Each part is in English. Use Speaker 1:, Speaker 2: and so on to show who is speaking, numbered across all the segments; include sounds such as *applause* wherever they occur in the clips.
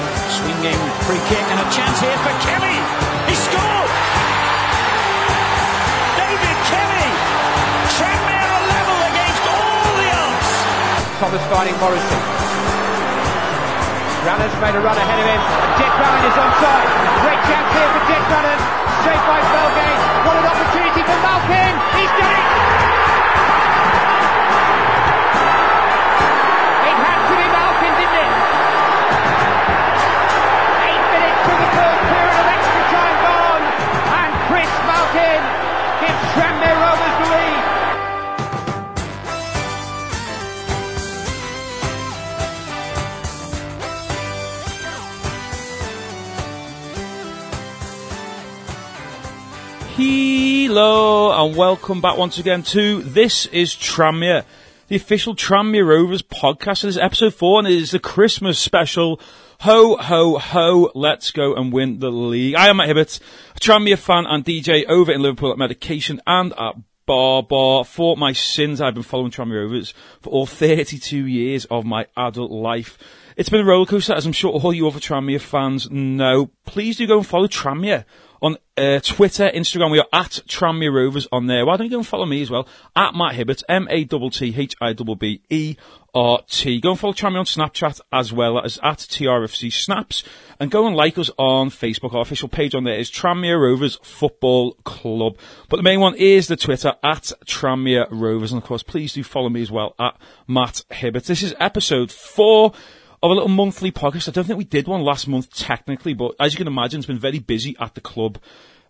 Speaker 1: Lange, free kick and a chance here for Kelly. He scored! David Kelly! Tranmere are level against all the odds!
Speaker 2: Thomas finding Morrison. Rannan made a run ahead of him. and Dick Rannan is onside. Great chance here for Dick Rannan. Straight by Belgate. What an opportunity for Malkin. He's done it. It had to be Malkin, didn't it? Eight minutes to the first period of extra time gone. And Chris Malkin gives Tranmere Rovers the lead.
Speaker 3: Hello and welcome back once again to This is Tramia, the official Tramia Rovers podcast. This is episode four and it is the Christmas special. Ho, ho, ho, let's go and win the league. I am Matt Hibbert, a Tramia fan and DJ over in Liverpool at Medication and at Bar Bar. For my sins, I've been following Tramia Rovers for all 32 years of my adult life. It's been a rollercoaster, as I'm sure all you other Tramia fans know. Please do go and follow Tramia on uh, Twitter, Instagram. We are at Tranmere Rovers on there. Why don't you go and follow me as well? At Matt Hibbert, M A T T H I B B E R T. Go and follow Tranmere on Snapchat as well as at TRFC Snaps. And go and like us on Facebook. Our official page on there is Tranmere Rovers Football Club. But the main one is the Twitter at Tranmere Rovers. And of course, please do follow me as well at Matt Hibbert. This is episode four of a little monthly podcast. I don't think we did one last month technically, but as you can imagine, it's been very busy at the club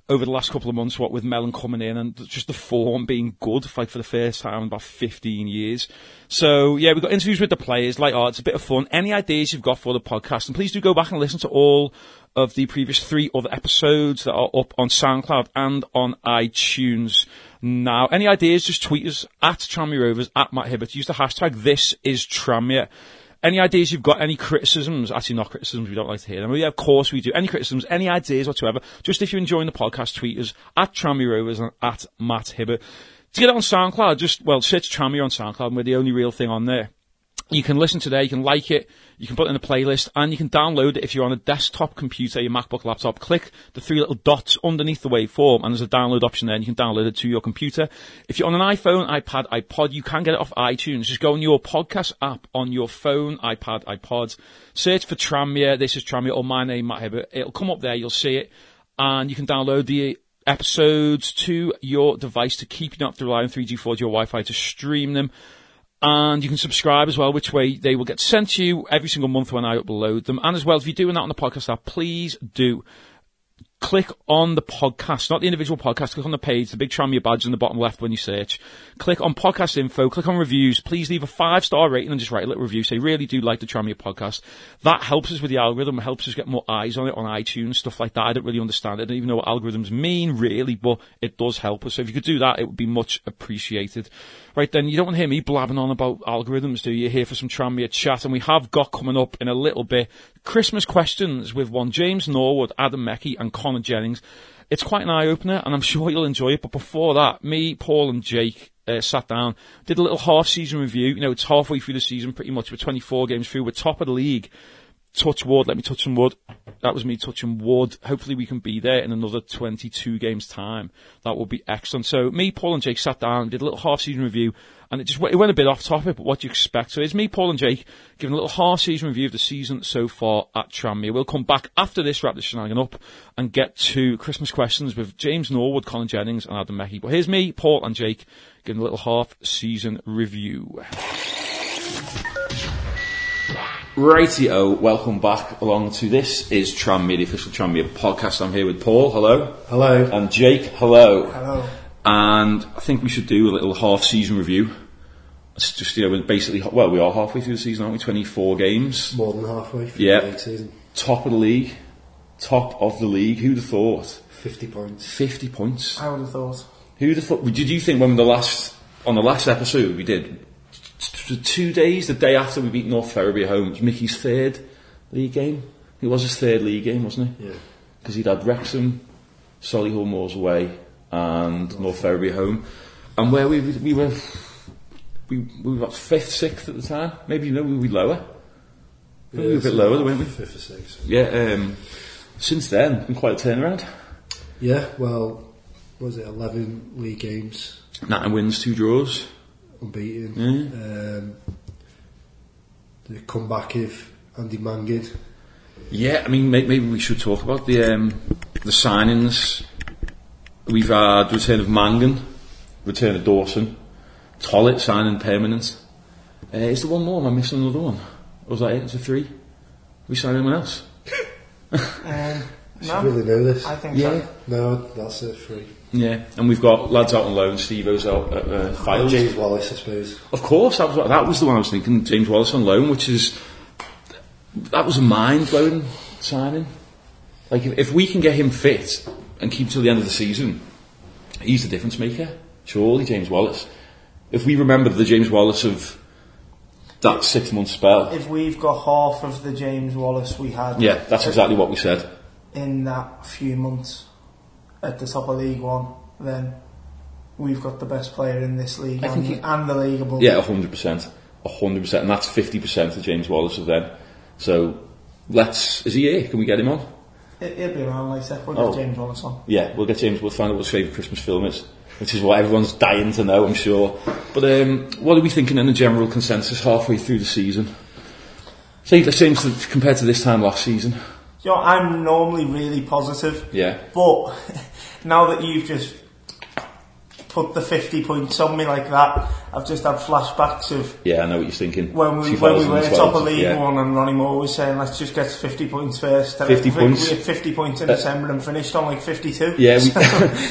Speaker 3: over the last couple of months, what with Mellon coming in and just the form being good, like for the first time in about 15 years. So yeah, we've got interviews with the players, like art, it's a bit of fun. Any ideas you've got for the podcast, and please do go back and listen to all of the previous three other episodes that are up on SoundCloud and on iTunes now. Any ideas, just tweet us at Tramia Rovers, at Matt Hibbert. Use the hashtag this is Tramia any ideas you've got, any criticisms, actually not criticisms, we don't like to hear them. Yeah, of course we do. Any criticisms, any ideas whatsoever, just if you're enjoying the podcast, tweet us at Trammy Rovers and at Matt Hibbert. To get it on SoundCloud, just, well, search Trammy on SoundCloud and we're the only real thing on there. You can listen to there, you can like it, you can put it in a playlist, and you can download it if you're on a desktop computer, your MacBook, laptop. Click the three little dots underneath the waveform, and there's a download option there, and you can download it to your computer. If you're on an iPhone, iPad, iPod, you can get it off iTunes. Just go on your podcast app on your phone, iPad, iPods, search for Tramia, this is Tramia, or my name, Matt Hibbert. It'll come up there, you'll see it, and you can download the episodes to your device to keep you not relying on 3G, 4G, or Wi-Fi to stream them and you can subscribe as well, which way they will get sent to you every single month when I upload them. And as well, if you're doing that on the podcast app, please do click on the podcast, not the individual podcast, click on the page, the big Tramia badge in the bottom left when you search. Click on podcast info, click on reviews. Please leave a five star rating and just write a little review. Say, really do like the Tramia podcast. That helps us with the algorithm, it helps us get more eyes on it on iTunes, stuff like that. I don't really understand it. I don't even know what algorithms mean really, but it does help us. So if you could do that, it would be much appreciated. Right then, you don't want to hear me blabbing on about algorithms, do you? You're here for some Tramia chat, and we have got coming up in a little bit Christmas questions with one James Norwood, Adam Mackey, and Connor Jennings. It's quite an eye opener, and I'm *laughs* sure you'll enjoy it. But before that, me, Paul, and Jake uh, sat down, did a little half season review. You know, it's halfway through the season, pretty much. We're 24 games through. We're top of the league. Touch wood. Let me touch some wood. That was me touching wood. Hopefully, we can be there in another 22 games time. That would be excellent. So, me, Paul, and Jake sat down, did a little half season review, and it just went, it went a bit off topic. But what do you expect? So, it's me, Paul, and Jake giving a little half season review of the season so far at Tranmere. We'll come back after this, wrap this shenanigan up, and get to Christmas questions with James Norwood, Colin Jennings, and Adam Mecky. But here's me, Paul, and Jake giving a little half season review. Rightio, welcome back along to this is Tranmere, the official Tranmere podcast. I'm here with Paul, hello.
Speaker 4: Hello.
Speaker 3: And Jake, hello.
Speaker 4: Hello.
Speaker 3: And I think we should do a little half season review. It's just, you know, basically, well, we are halfway through the season, aren't we? 24 games.
Speaker 4: More than halfway through
Speaker 3: Yeah.
Speaker 4: the league season.
Speaker 3: Top of the league. Top of the league. Who'd have thought?
Speaker 4: 50 points.
Speaker 3: 50 points.
Speaker 5: I would have thought.
Speaker 3: Who'd have thought? Did you think when the last, on the last episode we did, t- t- two days, the day after we beat North Ferriby at home, it was Mickey's third league game? It was his third league game, wasn't it?
Speaker 4: Yeah.
Speaker 3: because he'd had Wrexham, Solihull Moors away, and North Ferriby home, and where we we were we, we were about fifth, sixth at the time. Maybe you know we were lower. We were a bit lower, weren't we?
Speaker 4: Fifth or sixth.
Speaker 3: Yeah, um, since then, been quite a turnaround.
Speaker 4: Yeah, well, what was it 11 league games
Speaker 3: Nine wins, two draws.
Speaker 4: unbeaten? Um, the comeback of Andy Mangid.
Speaker 3: Yeah, I mean, may- maybe we should talk about the um, the signings. We've had the return of Mangan, return of Dawson, Tollett signing permanent. Uh, is there one more? Am I missing another one? Or was that it? Is it three? We signed anyone else?
Speaker 6: Um,
Speaker 4: Should really know this.
Speaker 6: I think
Speaker 3: Yeah.
Speaker 6: so.
Speaker 4: No, that's it. Free.
Speaker 3: Yeah, and we've got lads out on loan. Steve-O's out at uh, Files.
Speaker 4: James Wallace, I suppose.
Speaker 3: Of course, that was, what- that was the one I was thinking. James Wallace on loan, which is that was a mind blowing signing. Like if, if we can get him fit and keep till the end of the season, he's the difference maker. Surely, James Wallace. If we remember the James Wallace of that six month spell,
Speaker 6: If we've got half of the James Wallace we had
Speaker 3: yeah, that's exactly what we said.
Speaker 6: in that few months at the top of League One, then we've got the best player in this league and, and the league above.
Speaker 3: Yeah, hundred percent, hundred percent, and that's fifty percent of James Wallace of then. So let's is he here? Can we get him on?
Speaker 6: It, it'll be around later. We'll
Speaker 3: Oh.
Speaker 6: get James Wallace on.
Speaker 3: Yeah, we'll get James. We'll find out what his favourite Christmas film is, which is what everyone's dying to know, I'm sure. But um, what are we thinking in a general consensus halfway through the season? Say the same to, compared to this time last season.
Speaker 6: You know, I'm normally really positive.
Speaker 3: Yeah.
Speaker 6: But *laughs* now that you've just put the 50 points on me like that, I've just had flashbacks of
Speaker 3: Yeah, I know what you're thinking.
Speaker 6: when we, when we were
Speaker 3: 2012,
Speaker 6: top of League
Speaker 3: yeah.
Speaker 6: One and Ronnie Moore was saying, let's just get 50 points first. And
Speaker 3: 50
Speaker 6: I think
Speaker 3: points.
Speaker 6: We had 50 points in
Speaker 3: Uh,
Speaker 6: December and finished on like 52.
Speaker 3: Yeah,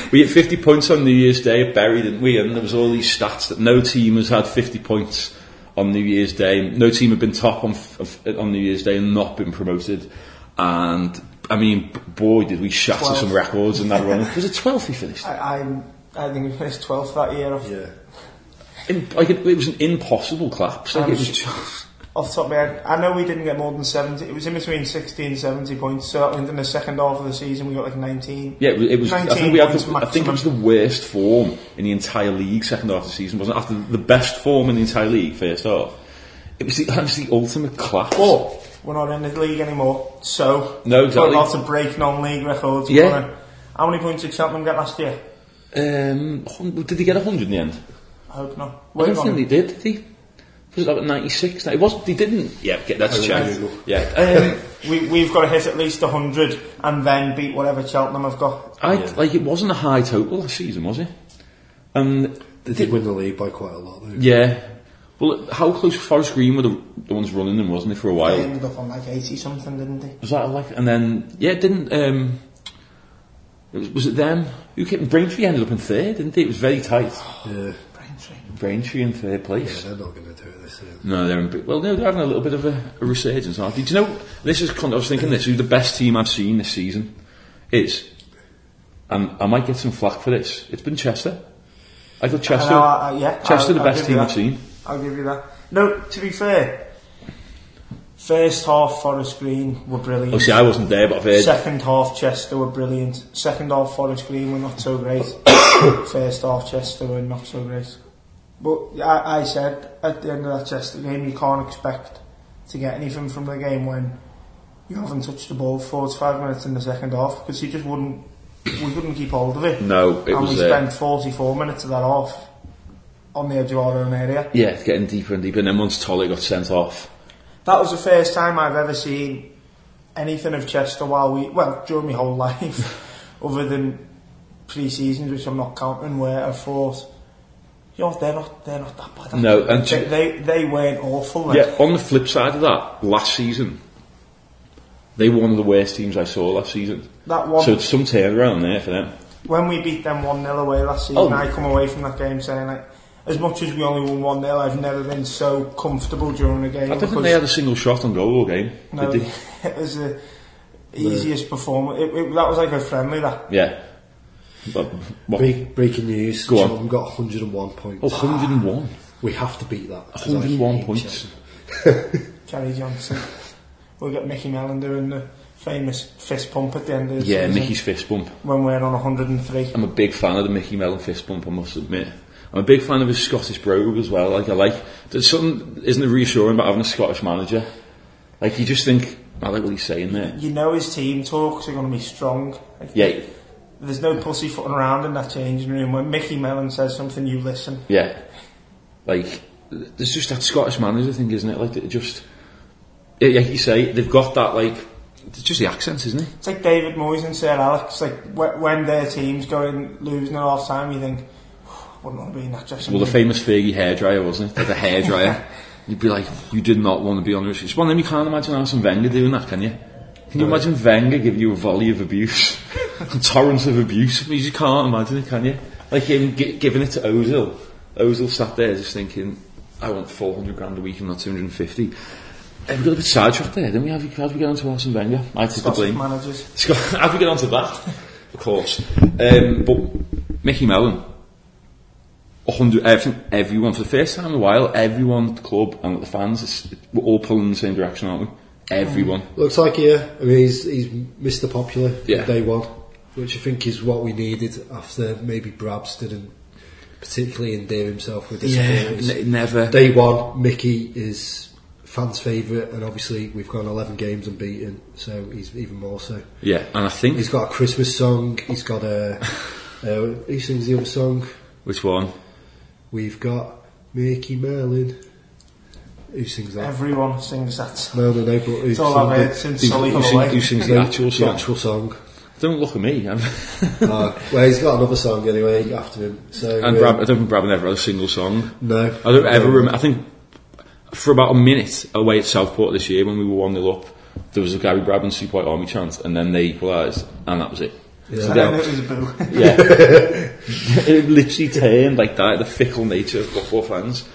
Speaker 3: *laughs* we, we hit 50 points on New Year's Day at Bury, didn't we? And there was all these stats that no team has had 50 points on New Year's Day. No team had been top on, f- of- on New Year's Day and not been promoted. And, I mean, b- boy, did we shatter
Speaker 6: Twelve.
Speaker 3: some records in that run. Was it 12 we finished?
Speaker 6: I, I'm, I think we finished 12th that year off,
Speaker 4: Yeah.
Speaker 3: In, like, it, it was an impossible collapse. Like,
Speaker 6: I'm
Speaker 3: it was
Speaker 6: sh-
Speaker 3: just,
Speaker 6: off the top of my head. I know we didn't get more than 70. It was in between 60 and 70 points. So that meant in the second half of the season we got like 19.
Speaker 3: yeah, it was. It was I,
Speaker 6: 19
Speaker 3: think we had
Speaker 6: points
Speaker 3: the, I think it was the worst form in the entire league second half of the season, wasn't it? After the best form in the entire league first half. It was the, it was the ultimate collapse.
Speaker 6: But we're not in the league anymore, so
Speaker 3: No, exactly.
Speaker 6: we're about to break non-league records.
Speaker 3: Yeah.
Speaker 6: We're gonna- How many points did Cheltenham get last year?
Speaker 3: Um, hun- did he get 100 in the end?
Speaker 6: I hope not.
Speaker 3: I
Speaker 6: Wait
Speaker 3: don't
Speaker 6: on
Speaker 3: think
Speaker 6: him.
Speaker 3: they did, did he? Was it like 96? No, It was, they didn't. Yeah, get that's
Speaker 4: I
Speaker 3: checked.
Speaker 4: will.
Speaker 3: Yeah. *laughs* Um,
Speaker 6: we, we've got to hit at least 100 and then beat whatever Cheltenham have got.
Speaker 3: I, Like, it wasn't a high total last season, was it? And,
Speaker 4: They did win the league by quite a lot, though.
Speaker 3: yeah. Well, how close Forest Green were the, the ones running them, wasn't they, for a
Speaker 6: They
Speaker 3: while?
Speaker 6: ended up on like 80 something, didn't they?
Speaker 3: Was that like, and then, yeah, it didn't, um, it was, was it them? Who came, Braintree ended up in third, didn't they? It was very tight.
Speaker 4: Yeah.
Speaker 6: Braintree.
Speaker 3: *sighs* Braintree in third place.
Speaker 4: They're not going to do it this year.
Speaker 3: No, they're in, well. No, they're having a little bit of a, a resurgence, aren't they? Do you know? This is. con- I was thinking this. Who the best team I've seen this season is, and I might get some flack for this. It's been Chester. I got Chester.
Speaker 6: And I- I- yeah,
Speaker 3: Chester,
Speaker 6: I'll-
Speaker 3: the
Speaker 6: I'll
Speaker 3: best
Speaker 6: give
Speaker 3: team
Speaker 6: you
Speaker 3: I've
Speaker 6: that.
Speaker 3: seen.
Speaker 6: I'll give you that. No, to be fair, first half Forest Green were brilliant.
Speaker 3: Obviously, I wasn't there, but I've heard.
Speaker 6: Second half Chester were brilliant. Second half Forest Green were not
Speaker 3: *coughs*
Speaker 6: so great. First half Chester were not so great. But I, I said at the end of that Chester game, you can't expect to get anything from the game when you haven't touched the ball for 45 minutes in the second half because you just wouldn't. We couldn't keep hold of it.
Speaker 3: No, it
Speaker 6: and
Speaker 3: was,
Speaker 6: we
Speaker 3: uh,
Speaker 6: spent 44 minutes of that half on the edge of our own area.
Speaker 3: Yeah, it's getting deeper and deeper. And then once Tolley got sent off,
Speaker 6: That was the first time I've ever seen anything of Chester while we, well, during my whole *laughs* life, other than pre seasons, which I'm not counting, where I thought, you know, they're not, they're not that bad.
Speaker 3: No, and
Speaker 6: they,
Speaker 3: Ch-
Speaker 6: they, they weren't awful. Then.
Speaker 3: yeah. On the flip side of that, last season, they were one of the worst teams I saw last season.
Speaker 6: That one,
Speaker 3: So it's some turnaround there for them.
Speaker 6: when we beat them 1 0 away last season,
Speaker 3: Oh.
Speaker 6: I come away from that game saying, like, as much as we only won 1 0, I've never been so comfortable during a game.
Speaker 3: I don't think
Speaker 6: because-
Speaker 3: they had a single shot on goal all game.
Speaker 6: *laughs*
Speaker 3: *laughs*
Speaker 6: no,
Speaker 3: did they?
Speaker 6: it was the easiest performance. It, it, that was like a friendly, that.
Speaker 3: Yeah. But, what,
Speaker 4: Break, breaking news.
Speaker 3: Go on.
Speaker 4: Cheltenham got 101 points.
Speaker 3: oh, 101.
Speaker 4: We have to beat that. 'cause I
Speaker 3: 101
Speaker 4: hate
Speaker 3: points.
Speaker 6: Kerry Johnson. We'll get Mickey Mellon doing the famous fist pump at the end of the
Speaker 3: Yeah,
Speaker 6: season
Speaker 3: Mickey's fist bump.
Speaker 6: when we're on 103.
Speaker 3: I'm a big fan of the Mickey Mellon fist bump, I must admit. I'm a big fan of his Scottish brogue as well. Like, I like. There's something, isn't it reassuring about having a Scottish manager? Like you just think, I like what he's saying there.
Speaker 6: You know his team talks are going to be strong. Like,
Speaker 3: Yeah,
Speaker 6: There's no pussyfooting around in that changing room. When Mickey Mellon says something, you listen.
Speaker 3: yeah. Like there's just that Scottish manager thing, isn't it? Like it just, yeah, like you say, they've got that like it's just the accents, isn't it?
Speaker 6: It's like David Moyes and Sir Alex. Like wh- when their team's going losing at half time, you think, "I wouldn't want to be in that dressing
Speaker 3: Well, the
Speaker 6: room."
Speaker 3: famous Fergie hairdryer, wasn't it? Like a hairdryer. You'd be like, you did not want to be on the It's one of them you can't imagine Arsene Wenger doing that, can you? Can you imagine Wenger giving you a volley of abuse? Torrents of abuse? You just can't imagine it, can you? Like him gi- giving it to Ozil. Ozil sat there just thinking, I want 400 grand a week and not 250. And we got a bit sidetracked there, didn't we? How did we how did we get on to Arsene Wenger? I take the
Speaker 6: Lots of
Speaker 3: blame.
Speaker 6: managers.
Speaker 3: Scott, *laughs* how do we get on to that? Of course. Um, but Mickey Mellon, 100, everything, everyone, for the first time in a while, everyone, the club and the fans, it's- we're all pulling in the same direction, aren't we? Everyone.
Speaker 4: Looks like yeah. I mean, he's he's Mr. Popular from
Speaker 3: Yeah.
Speaker 4: day one, which I think is what we needed after maybe Brabs didn't particularly endear himself with the supporters.
Speaker 3: n- never.
Speaker 4: Day one, Mickey is fans' favourite, and obviously we've gone 11 games unbeaten, so he's even more so.
Speaker 3: yeah, and I think,
Speaker 4: He's got a Christmas song. He's got a. *laughs* uh, he sings the other song.
Speaker 3: which one?
Speaker 4: We've got Mickey Merlin. Who sings that?
Speaker 6: Everyone sings that.
Speaker 4: no, no, no. But who
Speaker 6: all
Speaker 4: sung
Speaker 6: I've
Speaker 4: the-
Speaker 6: heard since
Speaker 4: who-
Speaker 6: Sully
Speaker 4: who
Speaker 6: Hall. eh?
Speaker 4: sung-
Speaker 3: Who sings the actual
Speaker 4: The
Speaker 3: song?
Speaker 4: actual song.
Speaker 3: Don't look at me. *laughs* I'm,
Speaker 4: Uh, well, he's got another song anyway after him. So
Speaker 3: and
Speaker 4: uh,
Speaker 3: Brab, I don't think Brabham ever had a single song.
Speaker 4: no,
Speaker 3: I don't ever remember. I think for about a minute away at Southport this year when we were 1 0 up, there was a Gary Brabham Sea Point Army chant, and then they equalised, and that was it.
Speaker 4: Yeah.
Speaker 3: So
Speaker 6: *laughs* And
Speaker 3: they-
Speaker 4: *laughs*
Speaker 6: then it was a boo. *laughs*
Speaker 3: yeah. it literally turned like that, the fickle nature of football fans.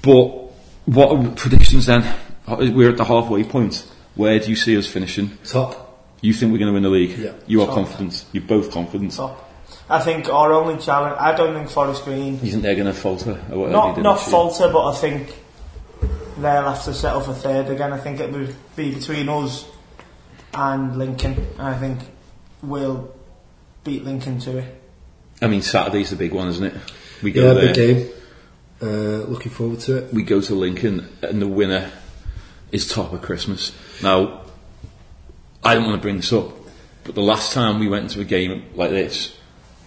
Speaker 3: But what are predictions then? We're at the halfway point. Where do you see us finishing?
Speaker 4: Top.
Speaker 3: You think we're going to win the league?
Speaker 4: Yeah.
Speaker 3: You are confident. You're both confident.
Speaker 6: Top. I think our only challenge. I don't think Forest Green
Speaker 3: You think they're going to falter? Or whatever they
Speaker 6: not
Speaker 3: did
Speaker 6: not
Speaker 3: last year?
Speaker 6: falter, but I think they'll have to settle for third again. I think it would be between us and Lincoln, and I think we'll beat Lincoln to it.
Speaker 3: I mean, Saturday's the big one, isn't it? We go
Speaker 4: Yeah,
Speaker 3: there.
Speaker 4: big game. Uh, looking forward to it.
Speaker 3: we go to Lincoln and the winner is top of Christmas. Now, I don't want to bring this up, but the last time we went into a game like this,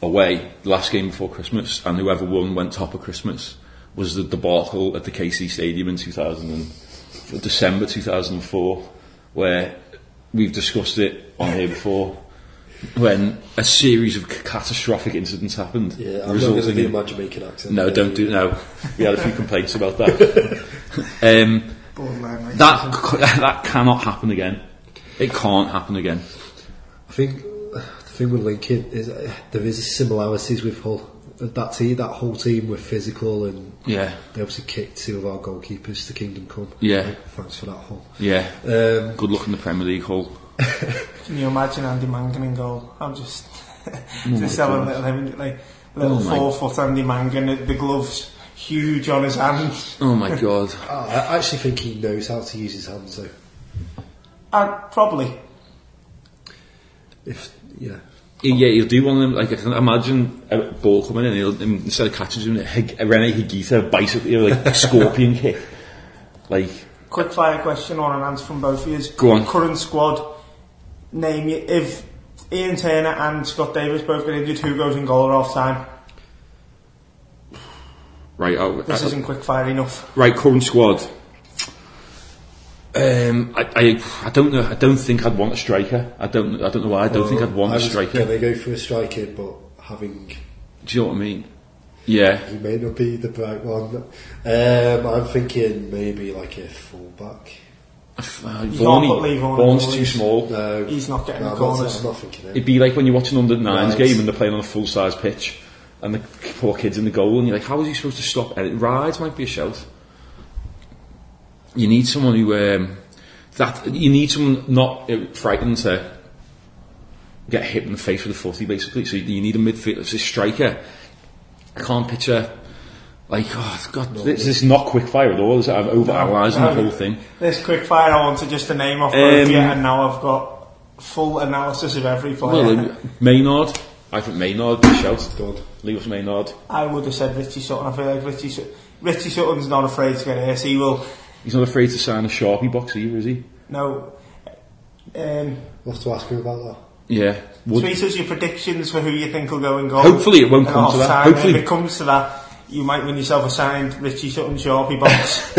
Speaker 3: away, the last game before Christmas, and whoever won went top of Christmas, was the debacle at the KC Stadium in 2000 and, December 2004, where we've discussed it on here before. When a series of c- catastrophic incidents happened,
Speaker 4: Yeah, I'm not going to
Speaker 3: resulting
Speaker 4: do
Speaker 3: in
Speaker 4: my Jamaican accent.
Speaker 3: no, don't do no. We had a few complaints about that. *laughs* um,
Speaker 6: Borderline racism.
Speaker 3: that c- *laughs* that cannot happen again. It can't happen again.
Speaker 4: I think uh, the thing with Lincoln is uh, there is similarities with Hull. Uh, That team, that whole team were physical, and
Speaker 3: Yeah,
Speaker 4: they obviously kicked two of our goalkeepers to Kingdom Come.
Speaker 3: Yeah.
Speaker 4: thanks for that, Hull.
Speaker 3: yeah.
Speaker 4: Um,
Speaker 3: Good luck in the Premier League hall.
Speaker 6: Can you imagine Andy Mangan in goal? I'm
Speaker 3: *laughs*
Speaker 6: just just have a little him, like little
Speaker 3: Oh my-
Speaker 6: four foot Andy Mangan, the gloves huge on his hands.
Speaker 3: Oh my god.
Speaker 4: I actually think he knows how to use his hands, though.
Speaker 6: And probably
Speaker 4: If yeah,
Speaker 3: Yeah, he'll do one of them. Like I can imagine a ball coming in, he'll, instead of catching him, Hig- Rene Higuita bicycle, you know, like *laughs* scorpion kick. Like
Speaker 6: quick fire question on an answer from both of you.
Speaker 3: Go on.
Speaker 6: Current squad name you if Ian Turner and Scott Davis both get injured, who goes in goal at half time?
Speaker 3: right, oh,
Speaker 6: This
Speaker 3: I-
Speaker 6: isn't quick fire enough.
Speaker 3: Right, current squad. Um, I, I, I don't know. I don't think I'd want a striker. I don't. I don't know why. I don't think I'd want
Speaker 4: I
Speaker 3: a
Speaker 4: was
Speaker 3: striker.
Speaker 4: Gonna go for a striker, but having
Speaker 3: Do you know what I mean? Yeah,
Speaker 4: he may not be the bright one. Um, I'm thinking maybe like a fullback. Um,
Speaker 3: Uh,
Speaker 6: put
Speaker 3: Vaughan.
Speaker 6: Lee Vaughan in
Speaker 3: Vaughan's
Speaker 6: the
Speaker 3: too
Speaker 6: league.
Speaker 3: small.
Speaker 4: No,
Speaker 6: He's not getting
Speaker 4: no,
Speaker 6: the
Speaker 4: I'm not-
Speaker 6: corners.
Speaker 4: I'm not thinking him.
Speaker 3: It'd be like when you're watching under nines
Speaker 4: Right.
Speaker 3: game and they're playing on a full size pitch, and the poor kids in the goal, and you're like, how is he supposed to stop? And it rides might be a shout. You need someone who um, that you need someone not uh, frightened to get hit in the face with a footy, basically. So you need a midfielder, it's a striker. I can't picture. Like, oh God, this is not quick fire at all. Is it? I'm over analysing the
Speaker 6: No.
Speaker 3: whole thing.
Speaker 6: This quick fire I wanted just to name off both of you
Speaker 3: Um,
Speaker 6: and now I've got full analysis of every player.
Speaker 3: Well, um, Maynard, I think Maynard, shout,
Speaker 4: Good.
Speaker 3: Lewis Maynard.
Speaker 6: I would have said Richie Sutton. I feel like Richie Sut- Richie Sutton's not afraid to get hit. He will.
Speaker 3: He's not afraid to sign a sharpie box either, is he?
Speaker 6: No. Um,
Speaker 4: We'll have to ask him about that.
Speaker 3: Yeah. Would-
Speaker 6: tweet us your predictions for who you think will go and goal.
Speaker 3: Hopefully it won't
Speaker 6: at
Speaker 3: come to that.
Speaker 6: half-time.
Speaker 3: Hopefully-
Speaker 6: if it comes to that, you might win yourself a signed Richie Sutton
Speaker 3: *laughs*
Speaker 6: Sharpie box.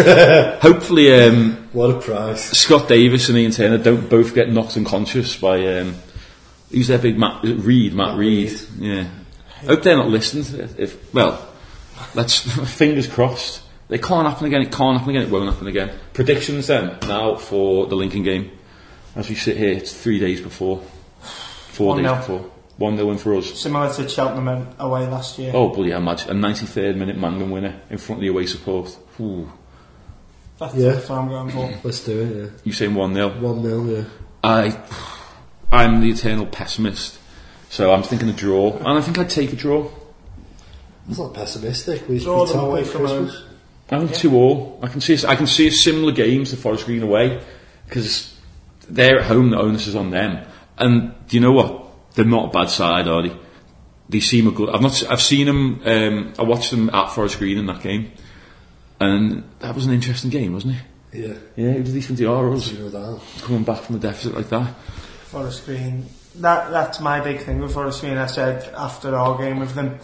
Speaker 3: hopefully, um,
Speaker 4: What a prize.
Speaker 3: Scott Davis and Ian Turner don't both get knocked unconscious by um, who's their big Matt Reed. Matt, Reed. Yeah. Hope they're not listening. To this. If well, let's *laughs* fingers crossed. It can't happen again. It can't happen again. It won't happen again. Predictions then now for the Lincoln game. As we sit here, it's three days before, four
Speaker 6: One
Speaker 3: days
Speaker 6: nil.
Speaker 3: before. One nil win for us.
Speaker 6: Similar to Cheltenham and away last year.
Speaker 3: Oh bloody hell, Madge. A 93rd minute Mangan winner in front of the away support. Ooh.
Speaker 6: That's
Speaker 4: Yeah.
Speaker 6: what I'm going for.
Speaker 4: Let's do it, yeah.
Speaker 3: You saying 1 0?
Speaker 4: 1 0, yeah.
Speaker 3: I, I'm the eternal pessimist, so I'm thinking a draw, and I think I'd take a draw.
Speaker 4: That's not pessimistic. We
Speaker 6: Draw
Speaker 4: we
Speaker 6: them
Speaker 4: talk
Speaker 6: away
Speaker 4: about
Speaker 6: from home.
Speaker 4: Christmas.
Speaker 3: I think two all. I can see I can see a similar game to Forest Green away because they're at home. The onus is on them. And do you know what? They're not a bad side, are they? They seem a good. I've not. s- I've seen them. Um, I watched them at Forest Green in that game, and that was an interesting game, wasn't it?
Speaker 4: Yeah.
Speaker 3: Yeah, who do they think they are? Us
Speaker 4: Zero down.
Speaker 3: coming back from a deficit like that.
Speaker 6: Forest Green. That that's my big thing with Forest Green. I said after our game with them,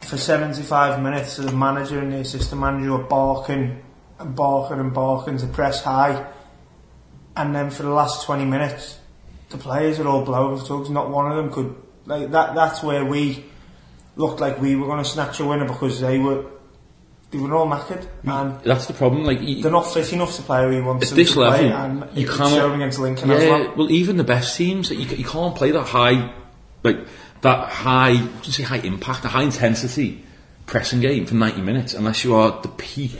Speaker 6: for seventy five minutes, the manager and the assistant manager were barking and barking and barking to press high, and then for the last twenty minutes, the players are all blowing for tugs. Not one of them could like that. That's where we looked like we were going to snatch a winner because they were they were all knackered and.
Speaker 3: That's the problem. Like e- you-
Speaker 6: They're not fit enough to play who he wants
Speaker 3: at
Speaker 6: them
Speaker 3: Mm. this
Speaker 6: to play,
Speaker 3: level,
Speaker 6: and
Speaker 3: you
Speaker 6: it's
Speaker 3: can't.
Speaker 6: shown against Lincoln
Speaker 3: yeah,
Speaker 6: as well.
Speaker 3: well, even the best teams, you, ca- you can't play that high, like that high. I wouldn't say high impact, a high intensity pressing game for ninety minutes, unless you are at the peak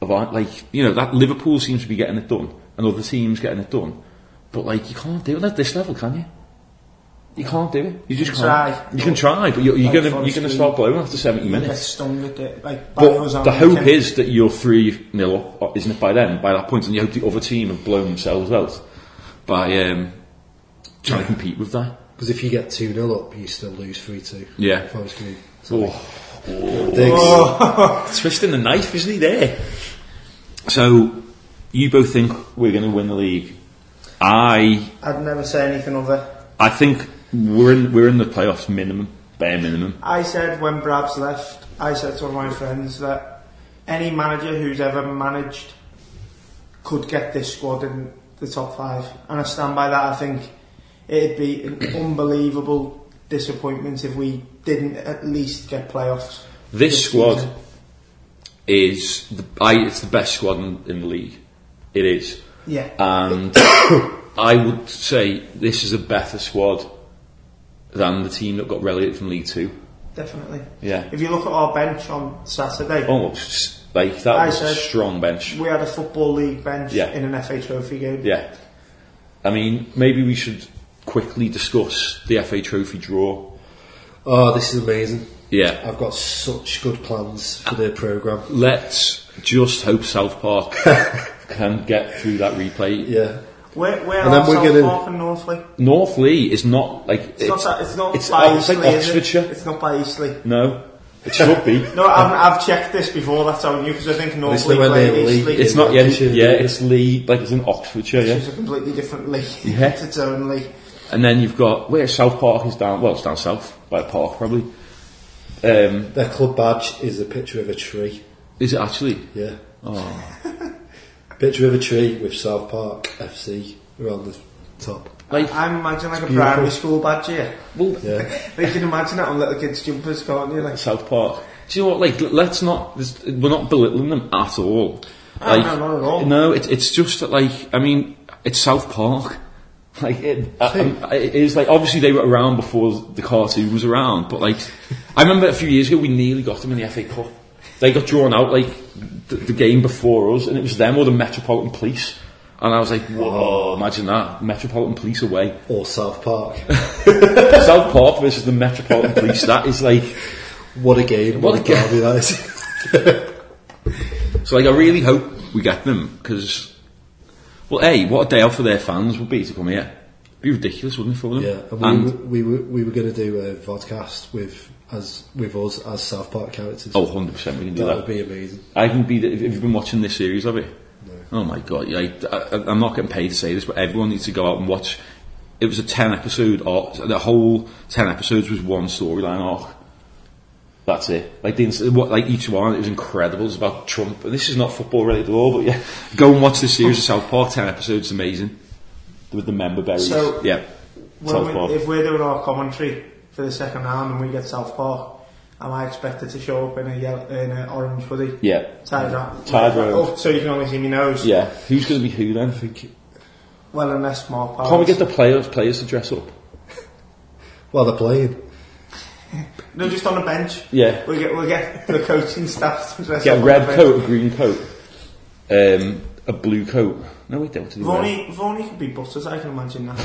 Speaker 3: of our, like you know that Liverpool seems to be getting it done, and other teams getting it done, but like you can't do it at this level, can you? You can't do it. You just
Speaker 6: can
Speaker 3: can't.
Speaker 6: try.
Speaker 3: You can try, but you're, you're
Speaker 6: Like,
Speaker 3: gonna you're
Speaker 6: obviously,
Speaker 3: gonna start blowing after seventy
Speaker 6: You
Speaker 3: minutes.
Speaker 6: get stung at it. Like, by us
Speaker 3: But
Speaker 6: on
Speaker 3: the hope
Speaker 6: weekend.
Speaker 3: is that you're 3 0 up, or- isn't it, by then, by that point, and you hope the other team have blown themselves out by um, trying to compete with that.
Speaker 4: Because if you get 2 0 up, you still lose 3 2.
Speaker 3: Yeah.
Speaker 4: If I was green. Oh.
Speaker 3: Oh,
Speaker 4: Diggs.
Speaker 3: twisting the knife, isn't he, there? So, you both think we're going to win the league. I
Speaker 6: *laughs* I'd never say anything other.
Speaker 3: I think we're in, we're in the playoffs minimum, bare minimum.
Speaker 6: I said when Brabs left, I said to one of my friends that any manager who's ever managed could get this squad in the top five, and I stand by that. I think it'd be an unbelievable disappointment if we didn't at least get playoffs.
Speaker 3: This
Speaker 6: season.
Speaker 3: squad is the, I, it's the best squad in, in the league. It is.
Speaker 6: yeah,
Speaker 3: Uh, and *coughs* I would say this is a better squad than the team that got relegated from League Two.
Speaker 6: definitely.
Speaker 3: Yeah. Oh.
Speaker 6: If you look at our bench on Saturday,
Speaker 3: Almost like that
Speaker 6: I
Speaker 3: was a
Speaker 6: said-
Speaker 3: strong bench.
Speaker 6: we had a football league bench
Speaker 3: Yeah.
Speaker 6: in an FA Trophy game.
Speaker 3: Yeah, I mean maybe we should quickly discuss the FA Trophy draw.
Speaker 4: Oh, this is amazing.
Speaker 3: Yeah,
Speaker 4: I've got such good plans for the programme.
Speaker 3: let's just hope South Park can get through that replay.
Speaker 4: Yeah.
Speaker 6: Where, where
Speaker 4: And
Speaker 6: are
Speaker 4: then we're
Speaker 6: South
Speaker 4: gonna-
Speaker 6: Park and Northley?
Speaker 3: North Lee is not like
Speaker 6: It's, not that, it's not
Speaker 3: it's,
Speaker 6: by
Speaker 3: it's like
Speaker 6: Eastleigh, is it?
Speaker 3: Oxfordshire.
Speaker 6: It's not by Eastleigh.
Speaker 3: No, it should be.
Speaker 6: No, I'm, I've checked this before. That's how I knew because I think
Speaker 4: least they
Speaker 6: Northley
Speaker 4: went
Speaker 6: played
Speaker 4: in the
Speaker 6: Eastleigh.
Speaker 4: league.
Speaker 3: It's not yet.
Speaker 4: It should be.
Speaker 3: Yeah, it's Lee. Like it's in Oxfordshire. Yeah,
Speaker 6: It's a completely different league.
Speaker 3: *laughs* Yeah.
Speaker 6: it's its own league.
Speaker 3: And then you've got where South Park is down. Well, it's down south by a park probably. Um,
Speaker 4: Their club badge is a picture of a tree.
Speaker 3: is it actually?
Speaker 4: Yeah.
Speaker 7: Oh.
Speaker 4: *laughs* Picture of a tree with South Park FC around the top.
Speaker 3: Like,
Speaker 6: I'm imagining like a
Speaker 4: beautiful.
Speaker 6: primary school badge here.
Speaker 3: well,
Speaker 4: Yeah.
Speaker 6: You can imagine that on little kids' jumpers, can't you? Like,
Speaker 3: South Park. Do you know what? Like, l- let's not. there's- We're not belittling them at all.
Speaker 6: Oh, no, not at all.
Speaker 3: No, it, it's just that. Like, I mean, it's South Park. *laughs* Like it, I- I'm- I- it is like obviously they were around before the cartoon was around, but like I remember a few years ago we nearly got them in the FA Cup. They got drawn out like the, the game before us, and it was them or the Metropolitan Police. And I was like, whoa, imagine that. Metropolitan Police away. *laughs*
Speaker 4: Or South
Speaker 7: *laughs*
Speaker 4: Park.
Speaker 3: South Park versus the Metropolitan Police. That is like,
Speaker 4: what a game.
Speaker 3: What
Speaker 4: What,
Speaker 3: a
Speaker 4: a
Speaker 3: game.
Speaker 4: derby that
Speaker 7: *laughs*
Speaker 4: is.
Speaker 3: so like I really hope we get them because, well, A, what a day out for their fans would be to come here. It'd be ridiculous, wouldn't it, for them?
Speaker 4: yeah. And we,
Speaker 3: And-
Speaker 4: were we were, we were going to do a vodcast with as with us as South Park characters.
Speaker 3: Oh, 100% we can do that.
Speaker 4: that would be amazing.
Speaker 3: I can be. The, have you been watching this series of it?
Speaker 4: No.
Speaker 3: Oh my god! Yeah, I, I, I'm not getting paid to say this, but everyone needs to go out and watch. It was a ten episode arc. The whole ten episodes was one storyline arc. That's it. Like the, ins- what, like each one, it was incredible. It's about Trump, and this is not football related at all. But yeah, *laughs* go and watch this series of South Park. Ten episodes, amazing. With the member berries.
Speaker 6: So-
Speaker 3: yeah,
Speaker 6: Well,
Speaker 3: South Park.
Speaker 6: we, if we're doing our commentary for the second round and we get South Park, am I expected to show up in a yellow, in an orange hoodie?
Speaker 3: yeah,
Speaker 6: Tied up.
Speaker 3: Tied round.
Speaker 6: Up so you can only see my nose.
Speaker 3: yeah. Who's going to be who then?
Speaker 6: Well, unless Mark Powers.
Speaker 3: Can't we get the players players to dress up?
Speaker 4: While they're playing.
Speaker 6: No, just on a bench.
Speaker 3: Yeah.
Speaker 6: We'll get, we'll get the coaching staff to dress
Speaker 3: Get a
Speaker 6: up.
Speaker 3: red coat, a green coat, um, a blue coat. No, we don't. Do red.
Speaker 6: Vonnie, Vonnie could be butters, I can
Speaker 3: *laughs*
Speaker 6: imagine that.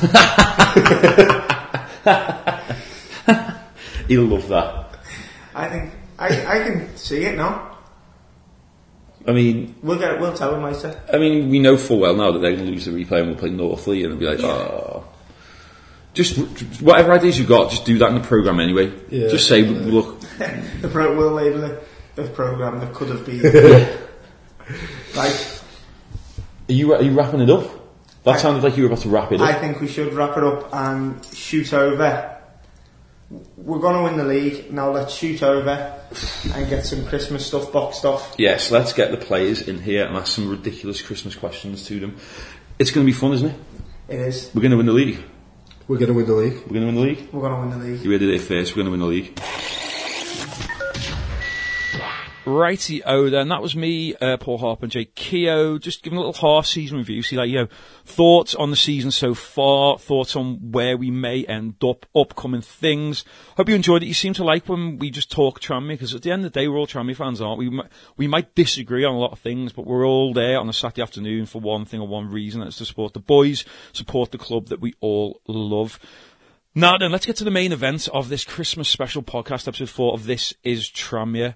Speaker 3: He'll love that.
Speaker 6: I think, I, I can see it now.
Speaker 3: I mean,
Speaker 6: We'll get, we'll tell him later.
Speaker 3: I mean, we know full well now that they're going to lose the replay and we'll play Northley and it'll be like, oh. Just just whatever ideas you've got, just do that in the program anyway.
Speaker 4: Yeah.
Speaker 3: just say, look,
Speaker 6: The pro, we'll label it the programme that could
Speaker 3: *laughs*
Speaker 6: have been. like,
Speaker 3: are you are you wrapping it up? That sounded like you were about to wrap it
Speaker 6: I
Speaker 3: up.
Speaker 6: think we should wrap it up and shoot over. We're going to win the league, now let's shoot over and get some Christmas stuff boxed off.
Speaker 3: yes, let's get the players in here and ask some ridiculous Christmas questions to them. It's going to be fun, isn't it?
Speaker 6: It is.
Speaker 3: We're going to win the league.
Speaker 4: We're going to win the league.
Speaker 3: We're going to win the league.
Speaker 6: We're going to win the league.
Speaker 3: You ready there first? We're going to win the league.
Speaker 8: Righty oh then that was me, uh, Paul Harper and Jake Keogh, just giving a little half season review, see like, you know, thoughts on the season so far, thoughts on where we may end up, upcoming things. Hope you enjoyed it. You seem to like when we just talk Tranmere, because at the end of the day, we're all Tranmere fans, aren't we? We might, we might disagree on a lot of things, but we're all there on a Saturday afternoon for one thing or one reason, and it's to support the boys, support the club that we all love. Now then, let's get to the main event of this Christmas special podcast, episode four of This Is Tramia.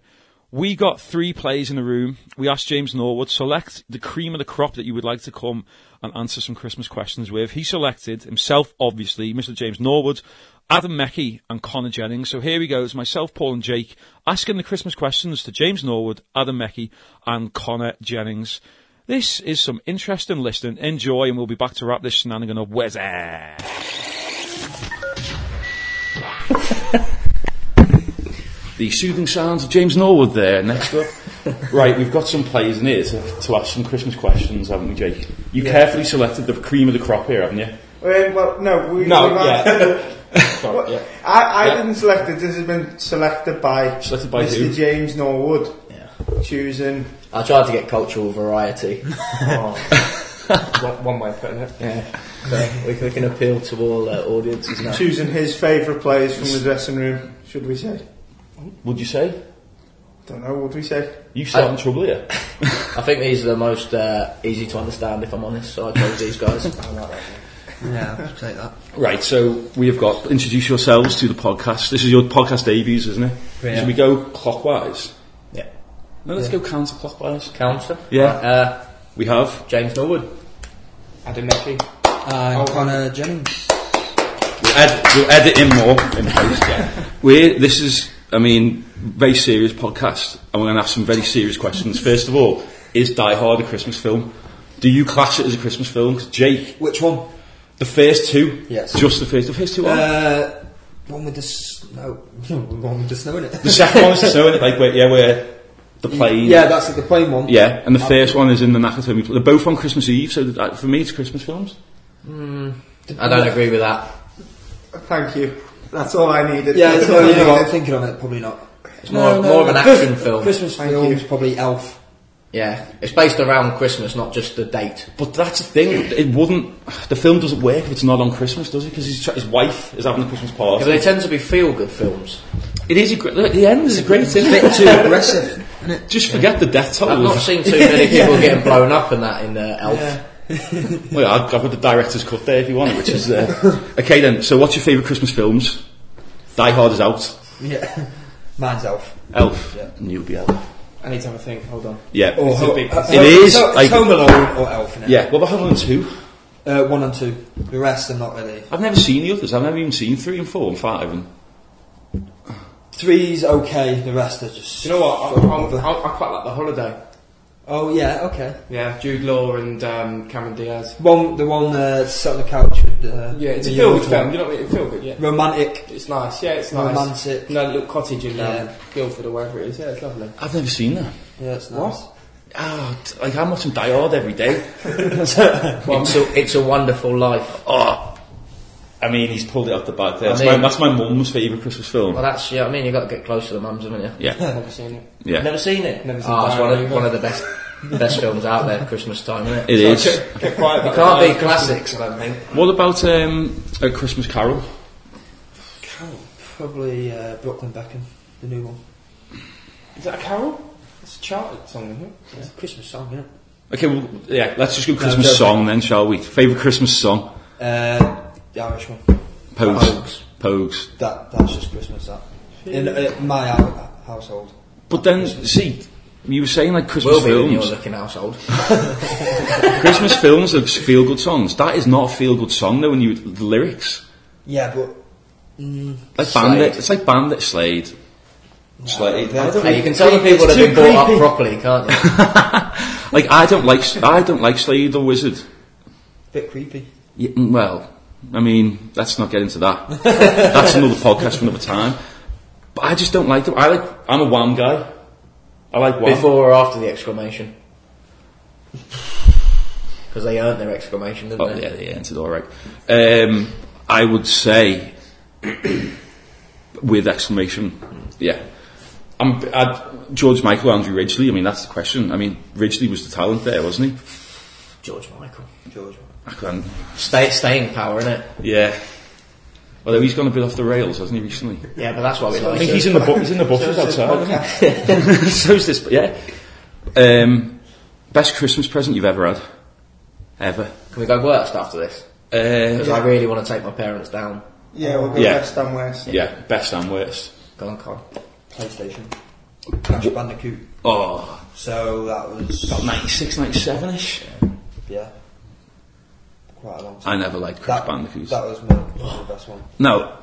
Speaker 8: We got three plays in the room. We asked James Norwood, select the cream of the crop that you would like to come and answer some Christmas questions with. He selected himself, obviously, Mr. James Norwood, Adam Mackey, and Connor Jennings. So here we go. It's myself, Paul, and Jake asking the Christmas questions to James Norwood, Adam Mackey, and Connor Jennings. This is some interesting listening. Enjoy, and we'll be back to wrap this shenanigan up. Where's air?
Speaker 3: The soothing sounds of James Norwood there. Next
Speaker 9: *laughs*
Speaker 3: up, right, we've got some players in here to, to ask some Christmas questions, haven't we, Jake? You carefully selected the cream of the crop here, haven't you?
Speaker 6: Um, well, no, we,
Speaker 3: No,
Speaker 6: we've
Speaker 3: yeah. Sorry, yeah.
Speaker 6: I, I
Speaker 3: Yeah.
Speaker 6: didn't select it. This has been selected by
Speaker 3: Selected by
Speaker 6: Mr.
Speaker 3: who?
Speaker 6: James Norwood
Speaker 9: Yeah.
Speaker 6: choosing.
Speaker 9: I tried to get
Speaker 10: *laughs*
Speaker 9: cultural variety.
Speaker 10: Oh,
Speaker 6: one, one way of putting it.
Speaker 9: yeah. So we, can- we can appeal to all uh, audiences now.
Speaker 6: Choosing his favourite players from the dressing room. Should we say?
Speaker 3: Would you say?
Speaker 6: Don't know. What do we say?
Speaker 3: You starting trouble here.
Speaker 9: I think these are the most uh, easy to understand, if I'm honest. So I chose
Speaker 10: *laughs*
Speaker 9: these guys. yeah, take that.
Speaker 3: Right, so we have got introduce yourselves to the podcast. This is your podcast debuts, isn't it?
Speaker 9: Yeah.
Speaker 3: Should we go clockwise?
Speaker 9: Yeah.
Speaker 3: No, let's go counterclockwise.
Speaker 9: Counter.
Speaker 3: Yeah.
Speaker 9: Uh,
Speaker 3: We have.
Speaker 9: James Norwood.
Speaker 6: Adam Mackey.
Speaker 7: Uh, Connor Jennings.
Speaker 3: We'll, ed- we'll edit in more in post. Yeah. we this is, I mean, very serious podcast, and we're going to ask some very serious questions. First of all, is Die Hard a Christmas film? Do you class it as a Christmas film? 'Cause Jake,
Speaker 7: Which one?
Speaker 3: the first two,
Speaker 7: Yes.
Speaker 3: just the first, the first two. are
Speaker 7: Uh, one with the snow. *laughs* One with the snow
Speaker 3: *laughs*
Speaker 7: in
Speaker 3: the
Speaker 7: it.
Speaker 3: second *laughs* one is the snow, like where, yeah, where the plane.
Speaker 7: *laughs* yeah, that's it, the plain one.
Speaker 3: Yeah, and the first one is in the Nakatomi. They're both on Christmas Eve, so that, for me, it's Christmas films.
Speaker 9: I don't agree with that.
Speaker 6: Thank you. That's all I needed.
Speaker 7: Yeah, it's
Speaker 6: all *laughs*
Speaker 7: not, you know, I'm thinking on it, probably not.
Speaker 9: It's more, more of an
Speaker 7: Christ-
Speaker 9: action film.
Speaker 7: Christmas
Speaker 6: Thank
Speaker 7: film
Speaker 6: you.
Speaker 7: is probably Elf.
Speaker 9: Yeah, it's based around Christmas, not just the date.
Speaker 3: But that's the thing. It wouldn't. The film doesn't work if it's not on Christmas, does it? Because his, his wife is having a Christmas
Speaker 9: Because
Speaker 3: party.
Speaker 9: they tend to be feel-good films.
Speaker 3: It is a great. look, The end is a great
Speaker 7: A
Speaker 3: thing.
Speaker 7: bit
Speaker 9: *laughs*
Speaker 7: too aggressive.
Speaker 3: Just forget the death
Speaker 9: I've
Speaker 3: toll.
Speaker 9: not seen too
Speaker 7: *laughs*
Speaker 9: many people getting blown up in that in uh, Elf.
Speaker 3: Well, yeah, I've I've got the director's cut there if you want it, which is *laughs* uh, okay. Then, so what's your favourite Christmas films? Die Hard is out.
Speaker 7: Yeah. Mine's Elf.
Speaker 3: Elf. Oh, And you'll be Elf.
Speaker 6: I need to have a think. Hold on.
Speaker 3: Yeah.
Speaker 7: Or Ho-
Speaker 6: big-
Speaker 7: uh,
Speaker 3: It is,
Speaker 7: Ho-
Speaker 3: like-
Speaker 7: it's Home Alone or Elf in it.
Speaker 3: yeah. What about Home Alone Two?
Speaker 7: Uh, one and two. The rest are not really.
Speaker 3: I've never seen the others. I've never even seen three and four and five. And
Speaker 7: Three's okay. The rest are just.
Speaker 6: You know what? I, I, I, I quite like the holiday.
Speaker 7: Oh yeah, okay.
Speaker 10: Yeah, Jude Law and um, Cameron Diaz.
Speaker 7: One, the one uh, sat on the couch with uh,
Speaker 10: Yeah, it's
Speaker 7: the
Speaker 10: a feel
Speaker 7: young
Speaker 10: good film.
Speaker 7: one.
Speaker 10: You know, it feel good. Yeah,
Speaker 7: Romantic,
Speaker 10: it's nice. Yeah, it's nice.
Speaker 7: romantic.
Speaker 10: No little cottage in um,
Speaker 7: Yeah.
Speaker 10: Guildford or wherever it is. Yeah, it's lovely.
Speaker 3: I've never seen that.
Speaker 7: Yeah, it's nice.
Speaker 3: Oh, t- like I'm watching Die Hard every day.
Speaker 9: It's a, it's a wonderful life.
Speaker 3: Oh, I mean, he's pulled it up the bag there. That's,
Speaker 9: I mean-
Speaker 3: my, that's my mum's favourite Christmas film.
Speaker 9: Well, that's yeah. I mean, you got to get close to the mums, haven't you?
Speaker 3: *laughs* yeah,
Speaker 10: Never seen it.
Speaker 3: yeah.
Speaker 9: Never seen it.
Speaker 10: Never seen
Speaker 9: oh, it's
Speaker 10: Diary
Speaker 9: one of,
Speaker 10: either.
Speaker 9: one of the best best films out there. Christmas time, isn't it?
Speaker 3: It is.
Speaker 10: Get quiet.
Speaker 9: It can't be classics. I don't think.
Speaker 3: What about um, A Christmas Carol?
Speaker 7: Carol, probably uh, Brooklyn Beckham, the new one.
Speaker 10: Is that a carol? It's a charted song, isn't it?
Speaker 7: It's a Christmas song, isn't it?
Speaker 3: Okay, well, yeah, let's just go Christmas
Speaker 7: joking.
Speaker 3: song then, shall we? Favourite Christmas song?
Speaker 7: Uh, the Irish one.
Speaker 3: Pogues.
Speaker 7: Pogues.
Speaker 3: Pogues.
Speaker 7: That that's just Christmas. That in uh, my hou- household.
Speaker 3: But then, see, you were saying like Christmas
Speaker 9: Will be in your
Speaker 3: films.
Speaker 9: looking household.
Speaker 3: Christmas films are feel good songs. That is not a feel good song though. When you the lyrics,
Speaker 7: Yeah, but mm,
Speaker 3: like
Speaker 9: Slade.
Speaker 3: Bandit, it's like Bandit Slade. Slade. I don't-
Speaker 9: Hey, you can tell the people that
Speaker 7: It's
Speaker 9: have been
Speaker 7: too
Speaker 9: brought up
Speaker 7: creepy.
Speaker 9: properly, can't
Speaker 10: *laughs*
Speaker 9: you?
Speaker 3: Like I don't like I don't like Slade the Wizard.
Speaker 7: bit creepy.
Speaker 3: Yeah, mm, well, I mean, let's not get into that. That's another podcast for another time. But I just don't like them. I like. I'm a Wham guy. I like Wham.
Speaker 9: Before or after the exclamation? Because they earned their exclamation, didn't
Speaker 3: Oh
Speaker 9: they?
Speaker 3: yeah, yeah, it's all right. Um, I would say *coughs* with exclamation, yeah. I'm, I'd, George Michael, Andrew Ridgely. I mean, that's the question. I mean, Ridgely was the talent there, wasn't he?
Speaker 9: George Michael. George.
Speaker 3: I can't-
Speaker 9: Stay, staying power, innit?
Speaker 3: yeah. Although he's gone a bit off the rails, hasn't he recently?
Speaker 9: Yeah, but that's why we
Speaker 3: I
Speaker 9: like
Speaker 3: think
Speaker 9: it.
Speaker 3: he's in the bu- he's in the bushes outside. isn't *laughs* he? So's this, yeah. Um, best Christmas present you've ever had, ever.
Speaker 9: Can we go worst after this?
Speaker 3: Uh,
Speaker 9: Because I really want to take my parents down.
Speaker 6: Yeah, we'll go
Speaker 3: Yeah.
Speaker 6: West and West.
Speaker 3: yeah, best and worst.
Speaker 9: Go on, Con.
Speaker 7: PlayStation, Crash Bandicoot.
Speaker 3: Oh,
Speaker 7: So that was
Speaker 3: 96, 97 ish.
Speaker 7: yeah, quite a long time.
Speaker 3: I never liked Crash
Speaker 7: That,
Speaker 3: Bandicoot.
Speaker 7: that was my, probably the best one.
Speaker 3: No,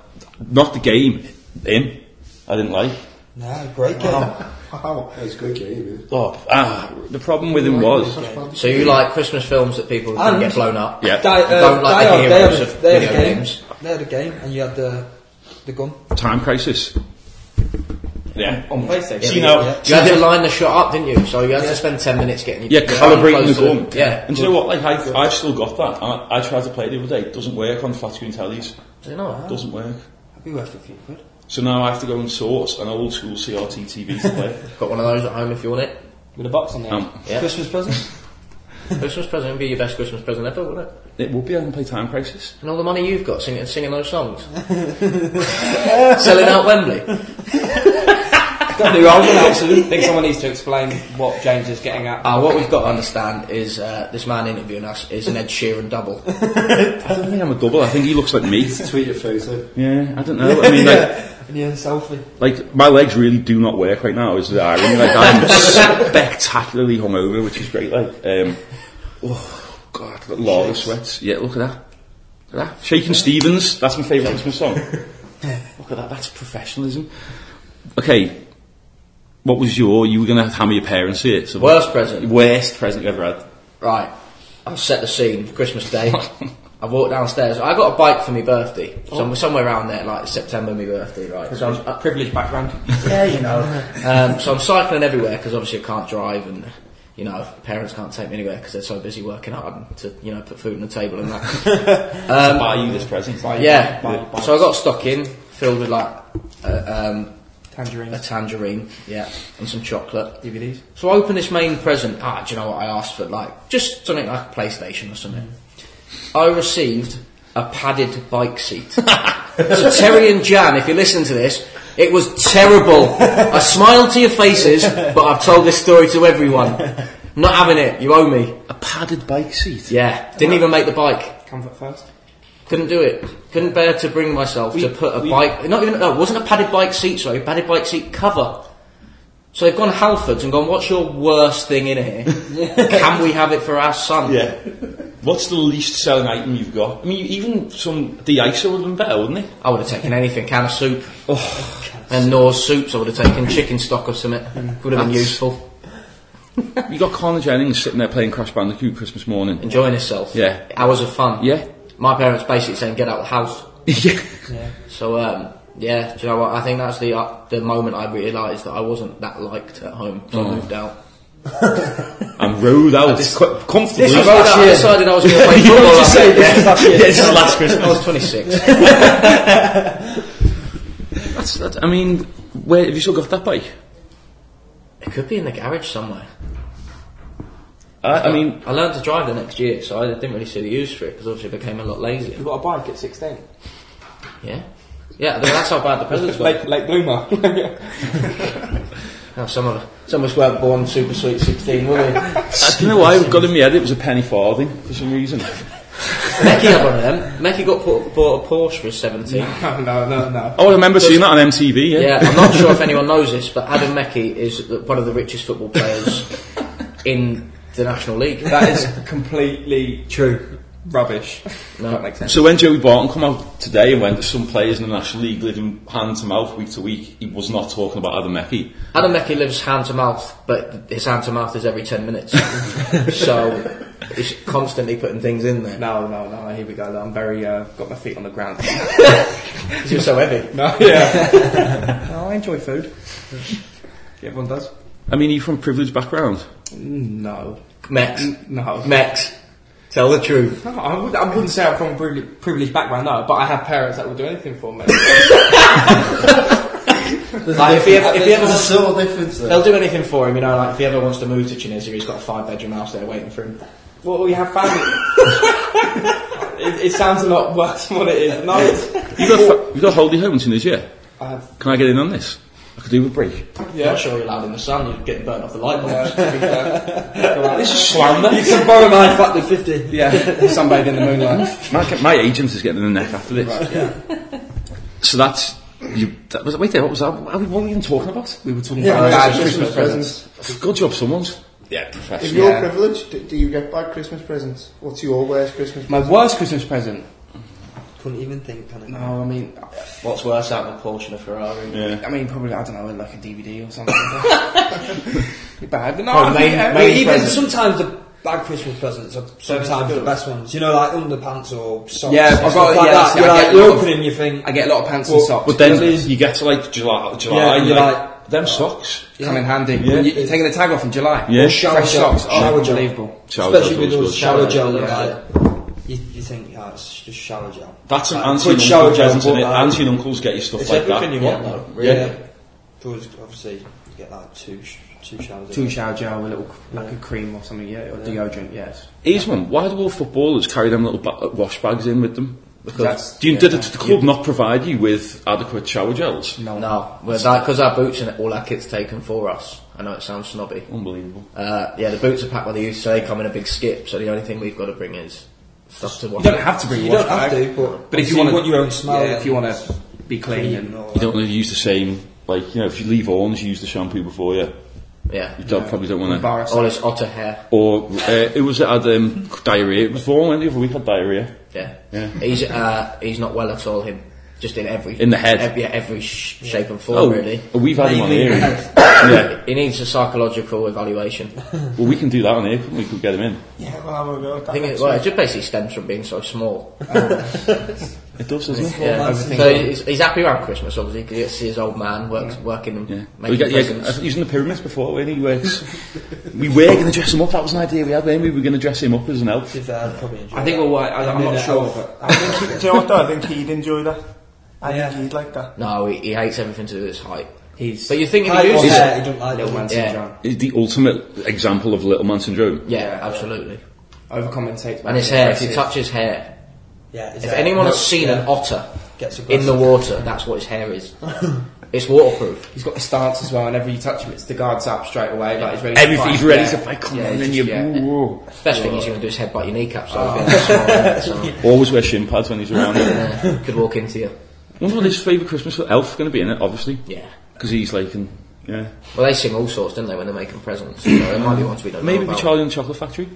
Speaker 3: not the game. Him, I didn't like.
Speaker 7: No, great game.
Speaker 6: Wow.
Speaker 4: It's a good game.
Speaker 3: Oh, ah, the problem with him was
Speaker 9: So you like Christmas films that people can
Speaker 7: And-
Speaker 9: get blown up?
Speaker 3: Yeah.
Speaker 7: Um, Di-
Speaker 9: I
Speaker 7: uh,
Speaker 9: don't like
Speaker 7: Die
Speaker 9: the
Speaker 7: Hard,
Speaker 9: heroes
Speaker 7: they had,
Speaker 9: of
Speaker 7: a- they had
Speaker 9: video
Speaker 7: a game.
Speaker 9: games.
Speaker 7: They had a game, and you had the the gun.
Speaker 3: Time Crisis. Yeah.
Speaker 10: On PlayStation.
Speaker 3: So, you know,
Speaker 9: You had to line the shot up, didn't you? So you had to spend 10 minutes getting your
Speaker 3: Yeah,
Speaker 9: your
Speaker 3: calibrating
Speaker 9: close
Speaker 3: the
Speaker 9: to them.
Speaker 3: gun.
Speaker 9: Yeah.
Speaker 3: And do you know what? Like, I've, I've still got that. I, I tried to play it the other day. It doesn't work on flat screen tellies.
Speaker 9: You know what?
Speaker 3: doesn't work.
Speaker 7: That'd be worth a few quid.
Speaker 3: So now I have to go and source an old school CRT TV to
Speaker 4: *laughs*
Speaker 3: play.
Speaker 9: Got one of those at home if you want it.
Speaker 10: With a
Speaker 4: Oh,
Speaker 10: box on there.
Speaker 3: um,
Speaker 9: Yeah.
Speaker 7: Christmas present.
Speaker 9: *laughs* Christmas present would be your best Christmas present ever, wouldn't it?
Speaker 3: it would be I can play Time Crisis.
Speaker 9: And all the money you've got singing, singing those
Speaker 7: *laughs*
Speaker 9: songs. Selling out Wembley.
Speaker 10: Got a new
Speaker 7: *laughs*
Speaker 10: album out soon. think someone needs to explain what James is getting at.
Speaker 9: Uh, what we've got to understand is uh, this man interviewing us is an Ed Sheeran double.
Speaker 3: I don't think I'm a double. I think he looks like me.
Speaker 4: Tweet your eh? photo.
Speaker 3: yeah, I don't know. I mean, like,
Speaker 7: And you had a selfie.
Speaker 3: like my legs really do not work right now. Is the irony? Like *laughs* I'm spectacularly hungover, which is great. Like, um, oh god, the lava sweats. Yeah, look at that. Look at that. Shaking Stevens. That's my favourite Christmas *laughs* song. look at that. That's professionalism. Okay, what was your? You were gonna hammer your parents here. So
Speaker 9: Worst present.
Speaker 3: Worst present you ever had.
Speaker 9: Right, I've set the scene, Christmas Day. I've walked downstairs. I got a bike for my birthday. So I'm somewhere around there, like September, my birthday, right? So I'm,
Speaker 10: A privileged background.
Speaker 9: *laughs* yeah, you know. Um, so I'm cycling everywhere because obviously I can't drive and, you know, parents can't take me anywhere because they're so busy working hard to, you know, put food on the table and that. Um,
Speaker 3: Buy you this present.
Speaker 9: yeah.
Speaker 10: bike.
Speaker 9: So I got a stocking filled with like uh, um, a
Speaker 10: Tangerines.
Speaker 9: tangerine, yeah, and some chocolate.
Speaker 10: DVDs.
Speaker 9: So I opened this main present. Ah, do you know what I asked for? Like just something like a PlayStation or something. I received a padded bike seat. so Terry and Jan, if you listen to this, it was terrible. I smiled to your faces, but I've told this story to everyone. Not having it, you owe me.
Speaker 3: A padded bike seat.
Speaker 9: Yeah, didn't even make the bike.
Speaker 10: Comfort first.
Speaker 9: Couldn't do it. Couldn't bear to bring myself to put a bike. Not even. No, it wasn't a padded bike seat. Sorry, padded bike seat cover. So they've gone Halfords and gone. What's your worst thing in here?
Speaker 3: *laughs*
Speaker 9: Can we have it for our son?
Speaker 3: Yeah. *laughs* What's the least selling item you've got? I mean, even some de-icer would have been better, wouldn't it?
Speaker 9: I would have taken anything. Can of soup.
Speaker 3: Oh,
Speaker 9: *laughs*
Speaker 3: Mm.
Speaker 9: and Norse soups. I would have taken chicken stock or something. Would have been
Speaker 3: That's-
Speaker 9: useful.
Speaker 3: you got Connor Jennings sitting there playing Crash Bandicoot Christmas
Speaker 9: *laughs*
Speaker 3: morning.
Speaker 9: enjoying herself.
Speaker 3: Yeah.
Speaker 9: I was a fan.
Speaker 3: Yeah.
Speaker 9: My parents basically saying, get out of the house.
Speaker 3: yeah.
Speaker 9: So, um, yeah, do you know what? I think that's the uh, the moment I realised that I wasn't that liked at home, so
Speaker 3: Mm.
Speaker 9: I moved out.
Speaker 3: And rode out quite comfortably.
Speaker 9: This is when I decided I was *laughs* going to play football.
Speaker 3: just
Speaker 9: I
Speaker 3: say,
Speaker 9: think,
Speaker 3: this is
Speaker 9: *laughs*
Speaker 3: last year. Yeah, this is last
Speaker 9: yeah.
Speaker 3: Christmas.
Speaker 9: I was 26.
Speaker 3: That's, that, I mean, where have you still got that bike?
Speaker 9: it could be in the garage somewhere.
Speaker 3: I, I mean,
Speaker 9: I learned to drive the next year, so I didn't really see the use for it because obviously I became a lot lazier.
Speaker 10: You got a bike at 16.
Speaker 9: Yeah. Yeah, I mean, that's how bad the presents were.
Speaker 10: Late, late bloomer.
Speaker 9: Now, some of some of us weren't born super sweet 16, were we?
Speaker 3: *laughs* I don't know why I've got in my head it was a penny farthing for some reason.
Speaker 9: Mecky had one of them. Mecky got bought, bought a Porsche for his 17.
Speaker 10: *laughs* no, no, no.
Speaker 3: Oh, I remember seeing that on MTV, yeah.
Speaker 9: Yeah, I'm not sure if anyone knows this, but Adam Mecky is the- one of the richest football players in the National League.
Speaker 10: That is completely true. Rubbish.
Speaker 9: No.
Speaker 10: That makes sense.
Speaker 3: So when Joey Barton come out today and went, some players in the National League living hand to mouth week to week, he was not talking about Adam Mecky.
Speaker 9: Adam Mecky lives hand to mouth, but his hand to mouth is every
Speaker 10: *laughs*
Speaker 9: 10 minutes. so he's constantly putting things in there.
Speaker 10: No, no, no. Here we go. I'm very uh, got my feet on the ground.
Speaker 9: 'Cause *laughs* You're so heavy.
Speaker 10: no, yeah. no, I enjoy food. Everyone does.
Speaker 3: I mean, he from privileged background.
Speaker 10: No,
Speaker 9: Mex.
Speaker 10: no.
Speaker 9: Mex. Tell the truth.
Speaker 10: No, I, would, I wouldn't say I'm from a privileged, privileged background, no, but I have parents that will do anything for
Speaker 9: *laughs*
Speaker 10: me. like, if he ever, if he ever
Speaker 4: There's a
Speaker 10: wants,
Speaker 4: subtle difference
Speaker 7: uh,
Speaker 4: there.
Speaker 10: they'll do anything for
Speaker 9: For him, you know, like if he ever wants to move to Tunisia, he's got a five bedroom house there waiting for him.
Speaker 10: Well, we have family. it, it sounds a lot worse than what it is. No, it's,
Speaker 3: You've got, fa- you've got Holiday Home in Tunisia.
Speaker 10: I have,
Speaker 3: Can I get in on this? I could do with a break.
Speaker 9: *laughs* Yeah. Not sure you're allowed in the sun, you're getting burnt off the light bulbs.
Speaker 10: this is slander. You can borrow my factor 50. Yeah, sunbathe in the moonlight.
Speaker 3: My, my agent is getting in the neck after this. So that's. You, that was, wait there, what was that? What are we, what were we even talking about?
Speaker 10: We were talking
Speaker 7: Yeah,
Speaker 10: about
Speaker 7: no,
Speaker 10: bad
Speaker 7: it's
Speaker 10: Christmas,
Speaker 7: Christmas
Speaker 10: presents.
Speaker 3: Good job, someone's. Yeah,
Speaker 6: If
Speaker 3: professional.
Speaker 6: you're
Speaker 10: Yeah.
Speaker 6: privileged, do, do you get bad Christmas presents? What's your worst Christmas present?
Speaker 10: My worst Christmas present.
Speaker 7: Couldn't even think, can I?
Speaker 10: No, I mean,
Speaker 9: What's worse out than Porsche and a Ferrari?
Speaker 3: Yeah.
Speaker 10: I mean, probably I don't know, like a DVD or *laughs* something. bad, but no,
Speaker 9: Oh,
Speaker 10: I
Speaker 9: main-
Speaker 10: think, uh,
Speaker 9: main
Speaker 10: even
Speaker 9: present.
Speaker 7: sometimes the bad Christmas presents are sometimes the best ones. You know, like underpants or socks.
Speaker 10: Yeah,
Speaker 7: and
Speaker 10: I've
Speaker 7: stuff
Speaker 10: got-
Speaker 7: like
Speaker 10: yeah,
Speaker 7: that.
Speaker 10: see,
Speaker 7: You're
Speaker 10: I
Speaker 7: like,
Speaker 10: get
Speaker 7: you
Speaker 10: a lot
Speaker 7: open
Speaker 10: of-
Speaker 7: and you think,
Speaker 10: I get a lot of pants and
Speaker 7: Well,
Speaker 10: socks.
Speaker 3: But then
Speaker 10: Really,
Speaker 3: you get to like July, July
Speaker 7: Yeah,
Speaker 3: and
Speaker 7: you're
Speaker 3: like,
Speaker 7: like-
Speaker 3: them socks.
Speaker 10: come in handy.
Speaker 3: Yeah.
Speaker 10: You, you're taking the tag off in July.
Speaker 3: Yeah.
Speaker 10: Or shower
Speaker 7: Fresh
Speaker 10: socks.
Speaker 7: socks.
Speaker 10: Oh,
Speaker 7: Shower gel.
Speaker 10: unbelievable.
Speaker 3: Shower
Speaker 7: especially
Speaker 3: gel's
Speaker 7: with
Speaker 3: always
Speaker 7: those
Speaker 3: good.
Speaker 7: shower gel,
Speaker 9: gel, yeah.
Speaker 7: like, you, you think, oh, it's just shower gel.
Speaker 3: That's an
Speaker 7: Like,
Speaker 3: auntie
Speaker 7: quick
Speaker 3: and
Speaker 7: shower
Speaker 3: uncle
Speaker 7: gel,
Speaker 3: present,
Speaker 7: but
Speaker 3: isn't it?
Speaker 7: like-
Speaker 10: um,
Speaker 3: Auntie and uncles get you stuff
Speaker 9: It's
Speaker 3: like
Speaker 9: everything
Speaker 3: that.
Speaker 9: you want, though. Really.
Speaker 7: Yeah. Because obviously, you get like two, sh- two showers.
Speaker 10: Two shower gel, a little like a cream or something, yeah, or deodorant, yes.
Speaker 3: Here's one. Why do all footballers carry them little ba- wash bags in with them? Because
Speaker 10: That's-
Speaker 3: do you,
Speaker 10: yeah,
Speaker 3: did,
Speaker 10: no.
Speaker 3: did the club not provide you with adequate shower gels?
Speaker 9: No, because our boots and all our kit's taken for us. I know it sounds snobby.
Speaker 3: Unbelievable.
Speaker 9: Uh, yeah, the boots are packed by the youth, so they come in a big skip. So the only thing we've got to bring is stuff to wash.
Speaker 10: You don't have to bring
Speaker 7: You
Speaker 10: wash
Speaker 7: don't have
Speaker 10: bag,
Speaker 7: to, but,
Speaker 10: But if you,
Speaker 7: obviously
Speaker 10: want,
Speaker 7: your own smell,
Speaker 10: yeah, if you want to be clean,
Speaker 7: clean
Speaker 10: and
Speaker 7: or-
Speaker 3: You don't want to use the same, like, you know, if you leave Orns, you use the shampoo before you.
Speaker 9: yeah,
Speaker 3: You don't, probably don't want to.
Speaker 10: embarrass
Speaker 9: all this otter hair.
Speaker 3: Or, uh, it was at um, diarrhea. It was Vaughan, went the other week, had diarrhea.
Speaker 9: Yeah,
Speaker 3: Yeah.
Speaker 9: he's uh, he's not well at all. Him, just in every
Speaker 3: In the head.
Speaker 9: every, yeah, every sh- shape and form.
Speaker 3: Oh,
Speaker 9: Really,
Speaker 3: we've had him on
Speaker 7: Mainly
Speaker 3: here.
Speaker 7: in the
Speaker 3: yeah.
Speaker 9: he needs a psychological evaluation.
Speaker 3: Well, we can do that on here, couldn't we? Could get him in.
Speaker 6: Yeah, well, I'm going to
Speaker 9: I think it, well, it just basically stems from being so small.
Speaker 3: It does, doesn't it?
Speaker 9: Yeah,
Speaker 7: man's
Speaker 9: so he's, he's happy around Christmas, obviously, because he gets to see his old man works, working and
Speaker 3: Yeah. We
Speaker 9: making
Speaker 3: got, yeah, I
Speaker 9: presents.
Speaker 3: think he was in the pyramids before, weren't he? He works. we were going to dress him up. That was an idea we had, weren't we? We were going to dress him up as an elf.
Speaker 7: If, uh, probably enjoy
Speaker 10: I think
Speaker 7: that.
Speaker 10: we'll. I, I'm
Speaker 7: Yeah,
Speaker 10: not sure.
Speaker 7: but-
Speaker 6: I think he, do you know what though? I think he'd enjoy that. I
Speaker 7: Yeah.
Speaker 6: think he'd like that.
Speaker 9: No, he, he hates everything to do with his height.
Speaker 10: He's
Speaker 9: But you think if
Speaker 7: Height
Speaker 9: he
Speaker 7: or
Speaker 9: uses
Speaker 7: hair, he don't like
Speaker 10: little
Speaker 7: it.
Speaker 10: man
Speaker 9: Yeah.
Speaker 10: syndrome.
Speaker 3: Is the ultimate example of little man syndrome.
Speaker 9: Yeah, absolutely.
Speaker 10: Overcompensates.
Speaker 9: And his hair, if you touch his hair.
Speaker 7: Yeah,
Speaker 9: If anyone has seen
Speaker 7: it,
Speaker 9: an otter
Speaker 7: Gets aggressive.
Speaker 9: in the water, that's what his hair is. it's waterproof.
Speaker 10: He's got a stance as well. Whenever you touch him, it's the guards up straight away. Like he's ready.
Speaker 3: Everything-
Speaker 10: to fight.
Speaker 3: he's ready
Speaker 10: Yeah.
Speaker 3: to fight. Come
Speaker 10: Yeah,
Speaker 3: on,
Speaker 10: he's
Speaker 3: then you.
Speaker 10: just- yeah.
Speaker 3: Whoa.
Speaker 9: Best thing he's going to do is headbutt your kneecap. So it'll be a small
Speaker 3: *laughs*
Speaker 9: hair, so,
Speaker 3: Always wear shin pads when he's around.
Speaker 9: *laughs* yeah, could walk into you.
Speaker 3: Wonder what his favourite Christmas elf going to be in it, obviously.
Speaker 9: Yeah.
Speaker 3: Because he's like, in, yeah.
Speaker 9: Well, they sing all sorts, don't they, when they're making presents? So there might be ones we don't
Speaker 3: Maybe
Speaker 9: know
Speaker 3: be
Speaker 9: about.
Speaker 3: Charlie and the Chocolate Factory.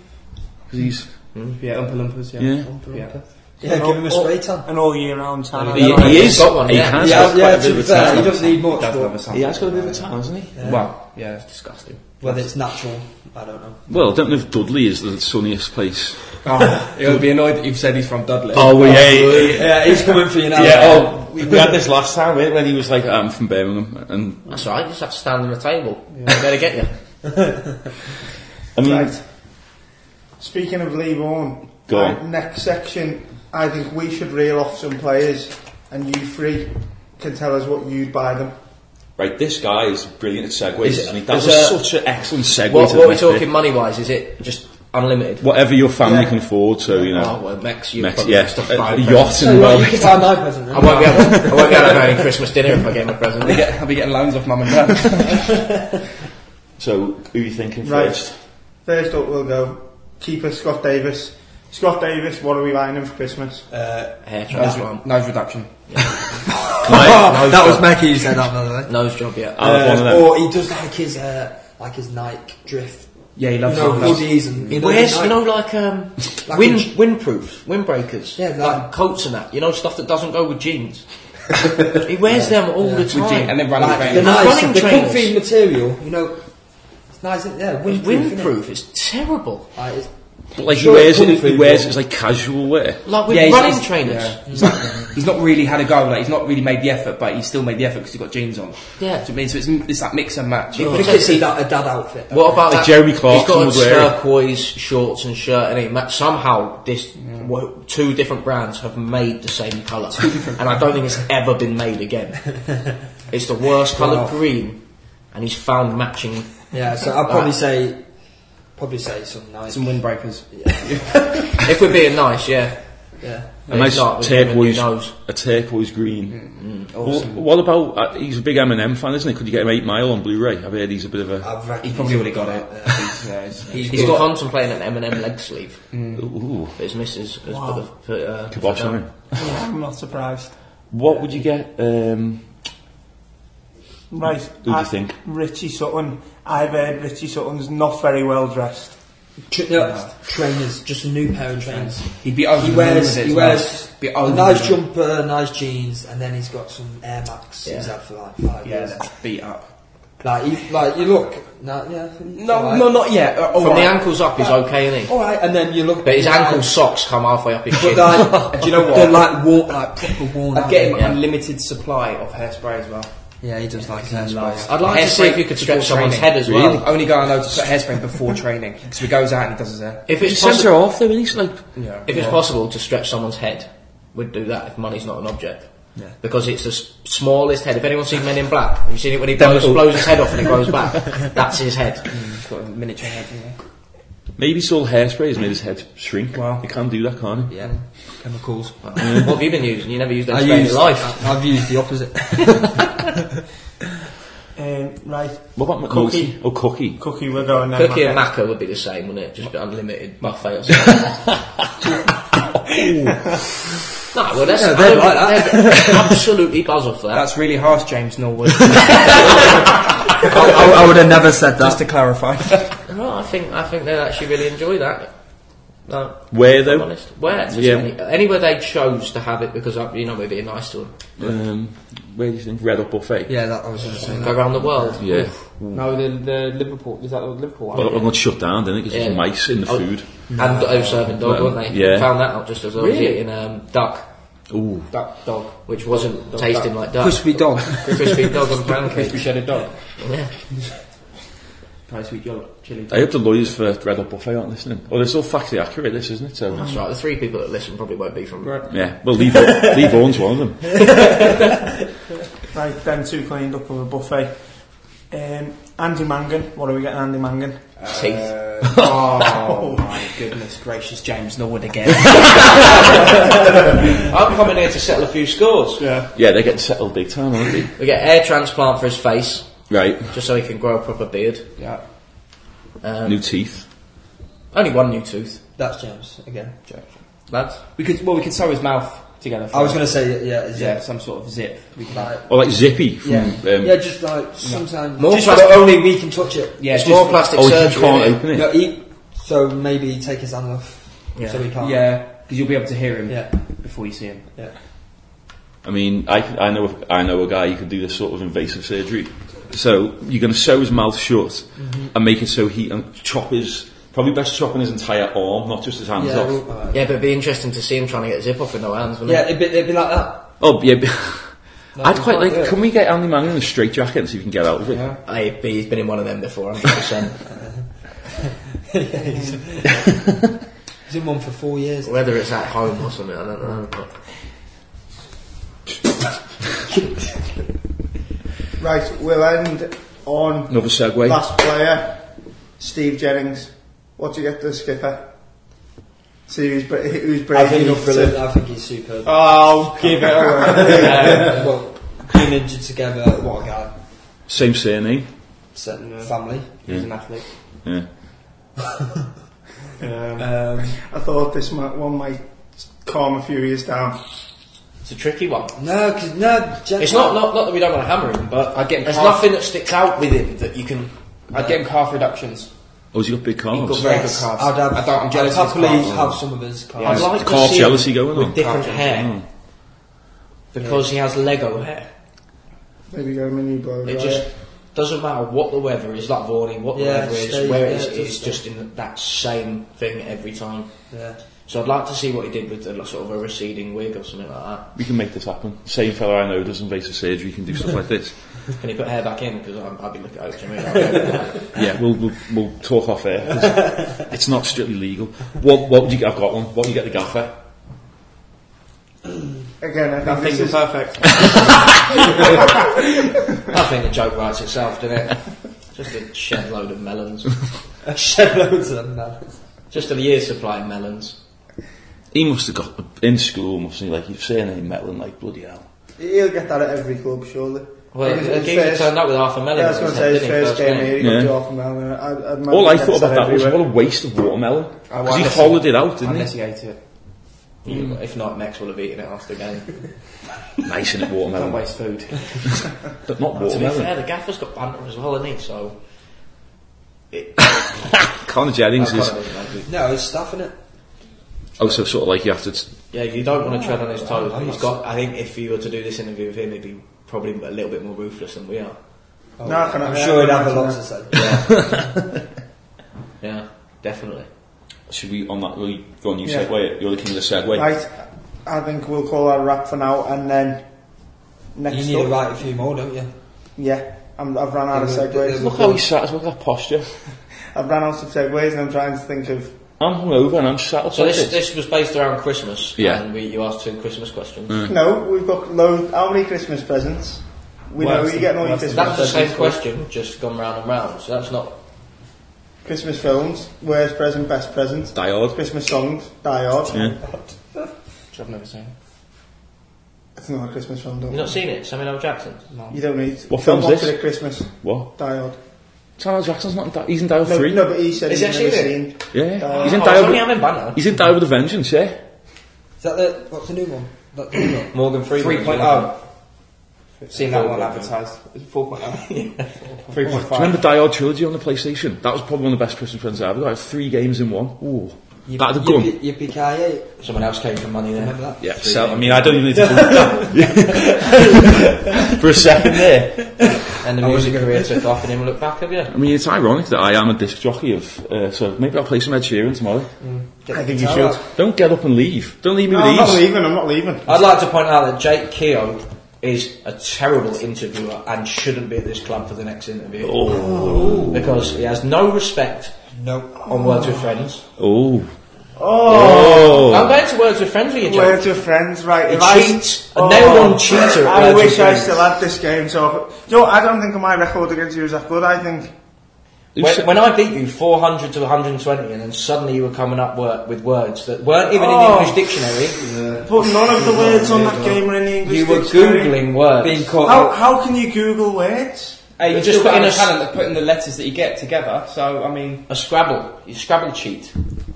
Speaker 3: Because he's.
Speaker 10: Yeah, Oompa Loompas, yeah.
Speaker 3: Yeah.
Speaker 10: yeah.
Speaker 7: Yeah, give him a spray tan.
Speaker 6: An all year round tan. I
Speaker 3: He,
Speaker 6: don't know.
Speaker 3: he is.
Speaker 9: He's got one,
Speaker 3: he
Speaker 9: yeah.
Speaker 3: has.
Speaker 7: Yeah,
Speaker 3: got
Speaker 7: yeah,
Speaker 3: quite a bit
Speaker 7: to
Speaker 3: of
Speaker 7: be
Speaker 3: a
Speaker 7: fair,
Speaker 3: tan.
Speaker 7: he doesn't need much.
Speaker 10: Does
Speaker 7: but-
Speaker 10: love a sun.
Speaker 3: He has got a bit of a tan, hasn't he?
Speaker 10: Well, yeah.
Speaker 9: Disgusting.
Speaker 7: Whether it's natural, I don't know.
Speaker 3: Well, I don't know if Dudley is the sunniest place.
Speaker 10: Oh, he'll be annoyed that you've said he's from Dudley.
Speaker 3: we yeah,
Speaker 7: Yeah, he's coming for you now.
Speaker 3: yeah. Oh, we we had this last time eh, when he was like, "I'm from Birmingham," and
Speaker 9: That's all right, you just have to stand on the table. Better get you.
Speaker 3: I mean,
Speaker 6: Right. Speaking of Lee Vaughan,
Speaker 3: Go on.
Speaker 6: uh, next section, I think we should reel off some players, and you three can tell us what you'd buy them.
Speaker 3: right, this guy is brilliant at segues.
Speaker 9: Is it-
Speaker 3: I mean, that
Speaker 9: is
Speaker 3: was
Speaker 9: there-
Speaker 3: such an excellent segue.
Speaker 9: What,
Speaker 3: to the
Speaker 9: what are we
Speaker 3: next bit.
Speaker 9: talking money wise? Is it just unlimited?
Speaker 3: Whatever your family
Speaker 6: Yeah.
Speaker 3: can afford, so you know,
Speaker 9: Oh, well, Mex, you
Speaker 3: Mex-
Speaker 9: probably
Speaker 3: yeah,
Speaker 9: just a
Speaker 3: a- a
Speaker 10: Uh,
Speaker 9: five
Speaker 3: yacht
Speaker 7: So
Speaker 3: and well.
Speaker 7: *laughs* you can buy my present.
Speaker 9: I won't be able, I won't be able
Speaker 10: *laughs*
Speaker 9: to have any Christmas dinner if I get my present.
Speaker 10: I'll, be get, I'll be getting loans off mum and dad.
Speaker 3: So, who are you thinking
Speaker 6: Right.
Speaker 3: first?
Speaker 6: First up, we'll go keeper Scott Davis. Scott Davis, what are we buying him for Christmas?
Speaker 9: *laughs* Hair
Speaker 10: nose,
Speaker 9: transplant,
Speaker 10: nose reduction.
Speaker 7: Oh, that was Mackie who said that, by the way.
Speaker 9: nose job, yeah.
Speaker 3: I'll have one of
Speaker 7: Uh,
Speaker 3: them.
Speaker 7: or he does like his uh, like his Nike drift.
Speaker 10: Yeah, he loves
Speaker 7: You know,
Speaker 10: it. Loves-
Speaker 7: hoodies and
Speaker 9: He
Speaker 7: you know,
Speaker 9: wears,
Speaker 7: Nike-
Speaker 9: you know, like um,
Speaker 7: *laughs* Like
Speaker 9: wind
Speaker 7: a j-
Speaker 9: windproof, windbreakers,
Speaker 7: Yeah,
Speaker 9: like
Speaker 7: like-
Speaker 9: coats and that. You know, stuff that doesn't go with
Speaker 7: *laughs*
Speaker 9: jeans. he wears them all the
Speaker 10: with jeans
Speaker 9: time.
Speaker 10: and then running
Speaker 7: like
Speaker 10: around.
Speaker 7: the nice,
Speaker 9: Running
Speaker 7: the
Speaker 9: trainers.
Speaker 7: comfy material. You know, it's nice. and- Yeah,
Speaker 9: It's
Speaker 7: windproof.
Speaker 9: windproof.
Speaker 7: innit?
Speaker 9: It's terrible.
Speaker 7: Like, it's,
Speaker 3: But, like, he
Speaker 7: Sure,
Speaker 3: wears it,
Speaker 7: comfy,
Speaker 3: he wears
Speaker 7: but-
Speaker 3: it as like casual wear.
Speaker 9: Like with
Speaker 10: Yeah, he's-
Speaker 9: running
Speaker 10: he's-
Speaker 9: trainers.
Speaker 10: yeah. He's not- he's not really had a go. Like he's not really made the effort, but he's still made the effort because he's got jeans on.
Speaker 9: Yeah.
Speaker 10: Do you mean so it's, it's that mix and match.
Speaker 7: people think it's a dad, a dad outfit.
Speaker 9: What about
Speaker 3: Like
Speaker 9: that?
Speaker 3: Jeremy
Speaker 9: He's got
Speaker 3: Clarkson
Speaker 9: a
Speaker 3: would wear it.
Speaker 9: turquoise shorts and shirt, and he ma- somehow this wo- two different brands have made the same colour, and I don't think it's ever been made
Speaker 10: *laughs*
Speaker 9: again. it's the worst colour
Speaker 7: Wow.
Speaker 9: green, and he's found matching.
Speaker 7: Yeah, so I'd probably say, probably say some nice.
Speaker 10: Some windbreakers.
Speaker 9: if we're being nice, yeah.
Speaker 7: yeah.
Speaker 3: A nice
Speaker 9: It's not, it's
Speaker 3: turquoise,
Speaker 9: giving you nose.
Speaker 3: a turquoise green. What, what about? Uh, he's a big Eminem fan, isn't he? Could you get him eight mile on Blu-ray? I've heard he's a bit of a.
Speaker 7: I've reckon
Speaker 10: He probably would have got it. He's, yeah, he's-
Speaker 9: He's contemplating an M&M leg sleeve,
Speaker 3: Ooh,
Speaker 9: but his missus has put, a, put uh,
Speaker 3: kibosh on him.
Speaker 6: I'm not surprised.
Speaker 3: What would you get? Um,
Speaker 6: Right.
Speaker 3: do you
Speaker 6: I-
Speaker 3: think?
Speaker 6: Richie Sutton. I've heard Richie Sutton's not very well dressed.
Speaker 7: Tra- no, uh, trainers, just a new pair of trainers.
Speaker 10: He'd be over
Speaker 7: He
Speaker 10: the
Speaker 7: wears,
Speaker 10: moon with it
Speaker 7: he
Speaker 10: as
Speaker 7: wears
Speaker 10: well. Be
Speaker 7: a
Speaker 10: over the
Speaker 7: nice
Speaker 10: moon.
Speaker 7: jumper, nice jeans, and then he's got some Air Max he's
Speaker 9: Yeah.
Speaker 7: had for like five
Speaker 10: Yeah,
Speaker 7: years.
Speaker 10: that's beat up.
Speaker 7: Like, he, like you look, nah, yeah,
Speaker 10: No, no, not yet. Uh, all
Speaker 9: From the
Speaker 10: right.
Speaker 9: ankles up, he's okay, isn't he?
Speaker 7: All right, and then you look,
Speaker 9: But his
Speaker 10: *laughs*
Speaker 9: ankle socks come halfway up his
Speaker 7: But
Speaker 9: shin. *laughs*
Speaker 7: *laughs* like,
Speaker 10: Do you know what?
Speaker 7: They're like worn, like proper worn.
Speaker 10: I'd
Speaker 7: out.
Speaker 10: get him
Speaker 9: Yeah.
Speaker 10: unlimited supply of hairspray as well.
Speaker 7: Yeah, he does like hairspray.
Speaker 9: I'd like to see if you could stretch someone's head as well.
Speaker 10: Only guy I know to put hairspray before training because he goes out and he does his hair.
Speaker 9: If it's
Speaker 3: Centre
Speaker 9: possible,
Speaker 3: off though, and he's like.
Speaker 10: Yeah.
Speaker 9: if it's possible to stretch someone's head, we'd do that if money's not an object.
Speaker 10: Yeah.
Speaker 9: Because it's the s- smallest head. If anyone's seen Men in Black, have you seen it when he blows,
Speaker 10: Deadpool.
Speaker 9: blows his head off and it grows *laughs* back? That's his head.
Speaker 10: He's got a miniature head. Yeah.
Speaker 3: Maybe it's all hairspray has made his head shrink.
Speaker 10: Wow.
Speaker 3: He can do that, can't he?
Speaker 7: Yeah, Mm. chemicals.
Speaker 9: what have you been using? You never used
Speaker 7: I
Speaker 9: any spray in
Speaker 7: use
Speaker 9: your life.
Speaker 7: I've used the opposite.
Speaker 6: Um, right.
Speaker 3: What about
Speaker 6: Cookie.
Speaker 3: McNulty? Oh, Cookie.
Speaker 6: Cookie, we're going there.
Speaker 9: Cookie and Macca would be the same, wouldn't it? Just be unlimited buffet or something. *laughs* no, well, that's,
Speaker 7: Yeah, they'd
Speaker 9: I
Speaker 7: like that.
Speaker 9: don't- they'd absolutely buzz off that.
Speaker 10: That's really harsh, James
Speaker 7: *laughs*
Speaker 10: Norwood. *laughs*
Speaker 7: I, I, I would have never said
Speaker 10: just
Speaker 7: that.
Speaker 10: to clarify.
Speaker 9: Well, Oh, I think I think they'd actually really enjoy that. No,
Speaker 3: Where
Speaker 9: I'm
Speaker 3: though?
Speaker 9: honest. Where? Just
Speaker 3: Yeah.
Speaker 9: any, anywhere they chose to have it because uh, you know we're being nice to them.
Speaker 3: Um, where do you think? Red or buffet?
Speaker 7: Yeah, that I was going to *laughs* say.
Speaker 9: Go around the world.
Speaker 3: Yeah.
Speaker 10: no, the, the Liverpool. Is that the Liverpool one?
Speaker 3: Well, I'm not shut down, didn't it? Because
Speaker 9: Yeah.
Speaker 3: there's mice in the
Speaker 9: Oh.
Speaker 3: food.
Speaker 9: And they were serving dog,
Speaker 3: Well,
Speaker 9: weren't they?
Speaker 3: yeah.
Speaker 9: Found that out just as I was
Speaker 10: Really?
Speaker 9: eating um, duck,
Speaker 3: Ooh.
Speaker 10: Duck dog.
Speaker 9: which wasn't
Speaker 10: Dog,
Speaker 9: tasting
Speaker 10: duck.
Speaker 9: like duck.
Speaker 7: Crispy dog.
Speaker 9: Crispy dog
Speaker 10: *laughs*
Speaker 9: and pancakes.
Speaker 10: Crispy shredded dog.
Speaker 9: Yeah.
Speaker 10: Nice sweet yellow chili.
Speaker 3: I hope the lawyers for Red or Buffet aren't listening. Oh, it's all factually accurate, this, isn't it? So,
Speaker 9: That's right. The three people that listen probably won't be from.
Speaker 10: Right.
Speaker 3: yeah. Well, Lee, Vaughan, *laughs* Lee Vaughan's one of them.
Speaker 6: Right, them two cleaned up with a buffet. Um, Andy Mangan, what are we getting Andy Mangan?
Speaker 9: Teeth.
Speaker 10: Uh, oh my goodness gracious, James Norwood again.
Speaker 9: I'm coming here to settle a few scores.
Speaker 3: Yeah, they're getting settled big time, aren't they?
Speaker 9: We get hair transplant for his face,
Speaker 3: Right.
Speaker 9: just so he can grow a proper beard.
Speaker 10: yeah.
Speaker 3: New teeth.
Speaker 9: Only one new tooth,
Speaker 7: That's James again.
Speaker 9: lads.
Speaker 10: We could well we could sew his mouth together.
Speaker 7: I was going to say yeah, is
Speaker 10: yeah,
Speaker 7: it
Speaker 10: some sort of zip. We could,
Speaker 7: like
Speaker 3: Or Oh, like Zippy from.
Speaker 7: yeah,
Speaker 3: Um,
Speaker 7: yeah, just like sometimes
Speaker 9: More
Speaker 7: just
Speaker 9: plastic-
Speaker 7: but only we can touch it.
Speaker 10: yeah,
Speaker 9: it's
Speaker 10: just-
Speaker 9: more plastic
Speaker 3: oh,
Speaker 9: surgery.
Speaker 3: he can't
Speaker 9: isn't it?
Speaker 3: open it.
Speaker 7: No, he, so maybe take his hand off,
Speaker 9: Yeah.
Speaker 7: so we can't.
Speaker 10: Yeah, because you'll be able to hear him
Speaker 7: yeah,
Speaker 10: before you see him.
Speaker 7: yeah.
Speaker 3: I mean, I, I know I know a guy who could do this sort of invasive surgery. So you're going to sew his mouth shut and make it so he and chop his probably best chopping his entire arm, not just his hands
Speaker 7: Yeah,
Speaker 3: off.
Speaker 7: well, uh,
Speaker 9: Yeah, but it'd be interesting to see him trying to get a zip off with no hands, wouldn't
Speaker 10: Yeah,
Speaker 9: it?
Speaker 10: it'd be, it'd be like that.
Speaker 3: Oh yeah. *laughs* I'd quite
Speaker 10: can't
Speaker 3: like.
Speaker 10: do it.
Speaker 3: Can we get Andy Manning in a straight jacket and see if we can get out of it?
Speaker 9: I, he's been in one of them before, I'm percent
Speaker 7: He's in one for four years.
Speaker 9: Whether it's at home or something, I don't know. But
Speaker 6: Right, we'll end on
Speaker 3: Another segue.
Speaker 6: last player, Steve Jennings. What do you get to the skipper? See who's, bra- who's
Speaker 7: I
Speaker 6: brave
Speaker 7: think
Speaker 6: enough
Speaker 7: he's brilliant.
Speaker 6: to...
Speaker 7: I think he's superb.
Speaker 6: Oh, give it away.
Speaker 7: Yeah, well, being injured together, what a guy.
Speaker 3: Same surname.
Speaker 7: Certain family.
Speaker 10: He's an athlete.
Speaker 3: Yeah.
Speaker 7: Um,
Speaker 6: I thought this might, one might calm a few ears down.
Speaker 9: it's a tricky one.
Speaker 7: no, because no, Jen-
Speaker 9: It's not, not not that we don't want to hammer him, but
Speaker 10: I'd get him
Speaker 9: there's
Speaker 10: calf,
Speaker 9: nothing that sticks out with him that you can.
Speaker 10: I'd get him calf reductions.
Speaker 3: Oh, has he got big
Speaker 10: He's got
Speaker 3: calves?
Speaker 10: very
Speaker 7: Yes,
Speaker 10: good calves.
Speaker 7: I'd have.
Speaker 10: I don't- I'm jealous
Speaker 7: I'd
Speaker 10: of his
Speaker 7: happily
Speaker 10: calves.
Speaker 7: have some of his
Speaker 10: Yeah.
Speaker 7: cards.
Speaker 9: I'd like to
Speaker 3: Calf
Speaker 9: see
Speaker 3: jealousy
Speaker 9: him
Speaker 3: going
Speaker 9: with
Speaker 3: on.
Speaker 9: different
Speaker 10: Calf
Speaker 9: hair because he has Lego hair.
Speaker 6: There we go, my new blow
Speaker 9: It
Speaker 6: dryer.
Speaker 9: just doesn't matter what the weather is, like Vorney, what the
Speaker 7: Yeah,
Speaker 9: weather is,
Speaker 7: stay-
Speaker 9: where it
Speaker 7: yeah,
Speaker 9: is,
Speaker 7: it
Speaker 9: it's
Speaker 7: does
Speaker 9: just in that same thing every time.
Speaker 7: Yeah. *laughs*
Speaker 9: So I'd like to see what he did with the, like, sort of a receding wig or something like
Speaker 3: We can make this happen. Same fellow I know does invasive surgery. Can do stuff
Speaker 10: *laughs*
Speaker 3: like this.
Speaker 9: that. Can he put hair back in? Because I'd be looking at it, do you know what I mean?
Speaker 3: Yeah, we'll we'll, we'll talk off air. 'cause It's not strictly legal. What what would you? I've got one. What would you get the gaffer?
Speaker 6: Again, I think, this is...
Speaker 10: perfect.
Speaker 9: *laughs* I think the joke writes itself, doesn't it? Just a shed load of melons.
Speaker 7: Shed loads of them now.
Speaker 9: Just a year's supply of melons.
Speaker 3: He must have got in school. Must he like your surname Metlin? Like bloody hell.
Speaker 6: He'll get that at every club, surely.
Speaker 9: Well,
Speaker 6: His- his
Speaker 9: Giza
Speaker 6: first-
Speaker 9: turned up with half a melon.
Speaker 6: Yeah, I was
Speaker 9: in
Speaker 6: going
Speaker 9: his
Speaker 6: to say,
Speaker 9: head,
Speaker 6: his
Speaker 9: didn't he,
Speaker 6: first game here, he got
Speaker 3: Yeah.
Speaker 6: the off melon. I, I, I'd
Speaker 3: All I
Speaker 6: imagine
Speaker 3: thought
Speaker 6: that's
Speaker 3: about that was
Speaker 6: everywhere.
Speaker 3: what a waste of watermelon.
Speaker 10: I
Speaker 3: Because he
Speaker 10: want this.
Speaker 3: hollered it out, didn't
Speaker 10: Unless
Speaker 3: he? Hmm.
Speaker 10: he ate it.
Speaker 9: Yeah, If not, Max will have eaten it after the game.
Speaker 10: *laughs*
Speaker 3: Nice in it,
Speaker 10: Don't
Speaker 3: watermelon.
Speaker 10: waste food.
Speaker 3: But not
Speaker 9: to be fair,
Speaker 3: watermelon.
Speaker 9: the gaffer's got banter as well, hasn't he? So
Speaker 3: Connor Jennings is
Speaker 7: No, it's stuff in it.
Speaker 3: also Oh, sort of like you have to.
Speaker 9: Yeah, you don't want to tread on his toes.
Speaker 7: I'm
Speaker 9: He's
Speaker 7: not-
Speaker 9: got. I think if you were to do this interview with him, he'd be probably a little bit more ruthless than we are.
Speaker 7: Oh,
Speaker 6: No, I can
Speaker 7: I'm
Speaker 6: imagine
Speaker 7: sure he'd have a
Speaker 6: that.
Speaker 7: lot to say.
Speaker 9: Yeah, definitely.
Speaker 3: Should we on that? Will you go on? You
Speaker 6: Yeah.
Speaker 3: segue. it. You're the king of the segue.
Speaker 6: Right, I think we'll call that a wrap for now, and then next
Speaker 7: You
Speaker 6: up,
Speaker 7: need to write a few more, don't you?
Speaker 6: yeah, I'm, I've run out of
Speaker 7: Yeah,
Speaker 6: segues.
Speaker 7: yeah.
Speaker 3: Look how he sat. Look at that posture.
Speaker 6: *laughs* I've run out of segues, and I'm trying to think of
Speaker 3: I'm hungover and I'm sat.
Speaker 9: So
Speaker 3: like
Speaker 9: this this was based around Christmas.
Speaker 3: Yeah.
Speaker 9: and we, you asked two Christmas questions.
Speaker 6: no. We've got loads. How many Christmas presents? We
Speaker 10: Well,
Speaker 6: know
Speaker 10: that's
Speaker 6: you're getting all your
Speaker 10: the-
Speaker 6: Christmas
Speaker 9: That's the
Speaker 6: presents.
Speaker 9: same question, just gone round and round. So that's not.
Speaker 6: Christmas films, worst present, best present.
Speaker 3: Diode.
Speaker 6: Christmas songs, Die Hard.
Speaker 3: Yeah.
Speaker 10: Which I've never seen.
Speaker 6: It's not a Christmas film, don't
Speaker 9: You've not seen it, Samuel L. Jackson.
Speaker 6: You don't need.
Speaker 3: What
Speaker 6: don't
Speaker 3: film's
Speaker 6: watch
Speaker 3: this?
Speaker 6: it at Christmas.
Speaker 3: What?
Speaker 6: Die Hard.
Speaker 3: Samuel Jackson's not in Diode. He's in Diode
Speaker 6: No,
Speaker 3: three.
Speaker 6: no, but he said
Speaker 9: Is
Speaker 6: he's
Speaker 9: he
Speaker 6: never
Speaker 9: actually in
Speaker 6: seen.
Speaker 3: Yeah, he's in
Speaker 9: Oh, I was only
Speaker 3: Diode.
Speaker 9: having banter.
Speaker 3: He's in Diode with a Vengeance. Yeah.
Speaker 7: Is that the what's the new one? That the new one?
Speaker 9: Morgan Freeman.
Speaker 10: 3.0. Seen that one
Speaker 9: 4.0.
Speaker 10: advertised. 4.0.
Speaker 3: Do
Speaker 10: 3.5.
Speaker 3: you remember Diode Trilogy on the PlayStation? That was probably one of the best Christmas presents I ever got. I had three games in one. Ooh. That'd have gone.
Speaker 7: Yippee yippee ki yay!
Speaker 9: Someone else came for money there.
Speaker 7: Remember that?
Speaker 3: Yeah, so, I mean, I don't even need to *laughs* For a second there.
Speaker 9: And the music career took off, and him look back at you.
Speaker 3: I mean, it's ironic that I am a disc jockey of, uh, so maybe I'll play some Ed Sheeran tomorrow.
Speaker 6: I think you
Speaker 7: guitar
Speaker 6: should.
Speaker 7: out.
Speaker 3: Don't get up and leave. Don't leave me
Speaker 6: No,
Speaker 3: with
Speaker 6: I'm not
Speaker 3: these.
Speaker 6: leaving. I'm not leaving.
Speaker 9: I'd like to point out that Jake Keogh is a terrible interviewer and shouldn't be at this club for the next interview. Because he has no respect
Speaker 7: No.
Speaker 9: on Words with Friends.
Speaker 3: Oh.
Speaker 9: I'm going to Words with Friends with you, Jake.
Speaker 6: Word to friends, right?
Speaker 9: He
Speaker 6: if I- Oh,
Speaker 9: cheats. A nailed-on cheater at
Speaker 6: I
Speaker 9: Words with
Speaker 6: wish I
Speaker 9: Friends.
Speaker 6: still had this game. So, you know, I don't think my record against you is that good. I think
Speaker 3: Who
Speaker 9: When,
Speaker 3: said-
Speaker 9: when I beat you 400 to 120 and then suddenly you were coming up wor- with words that weren't even
Speaker 6: Oh.
Speaker 9: in the English dictionary,
Speaker 6: But none of the words on that game were in the English
Speaker 9: you were
Speaker 6: dictionary.
Speaker 9: Googling words.
Speaker 10: Being caught.
Speaker 6: How, how can you Google words?
Speaker 10: Hey,
Speaker 9: You're
Speaker 10: you
Speaker 9: just
Speaker 10: just put
Speaker 9: putting
Speaker 10: in a
Speaker 9: us-
Speaker 10: talent of putting the letters that you get together. So I mean,
Speaker 9: a Scrabble. You Scrabble cheat.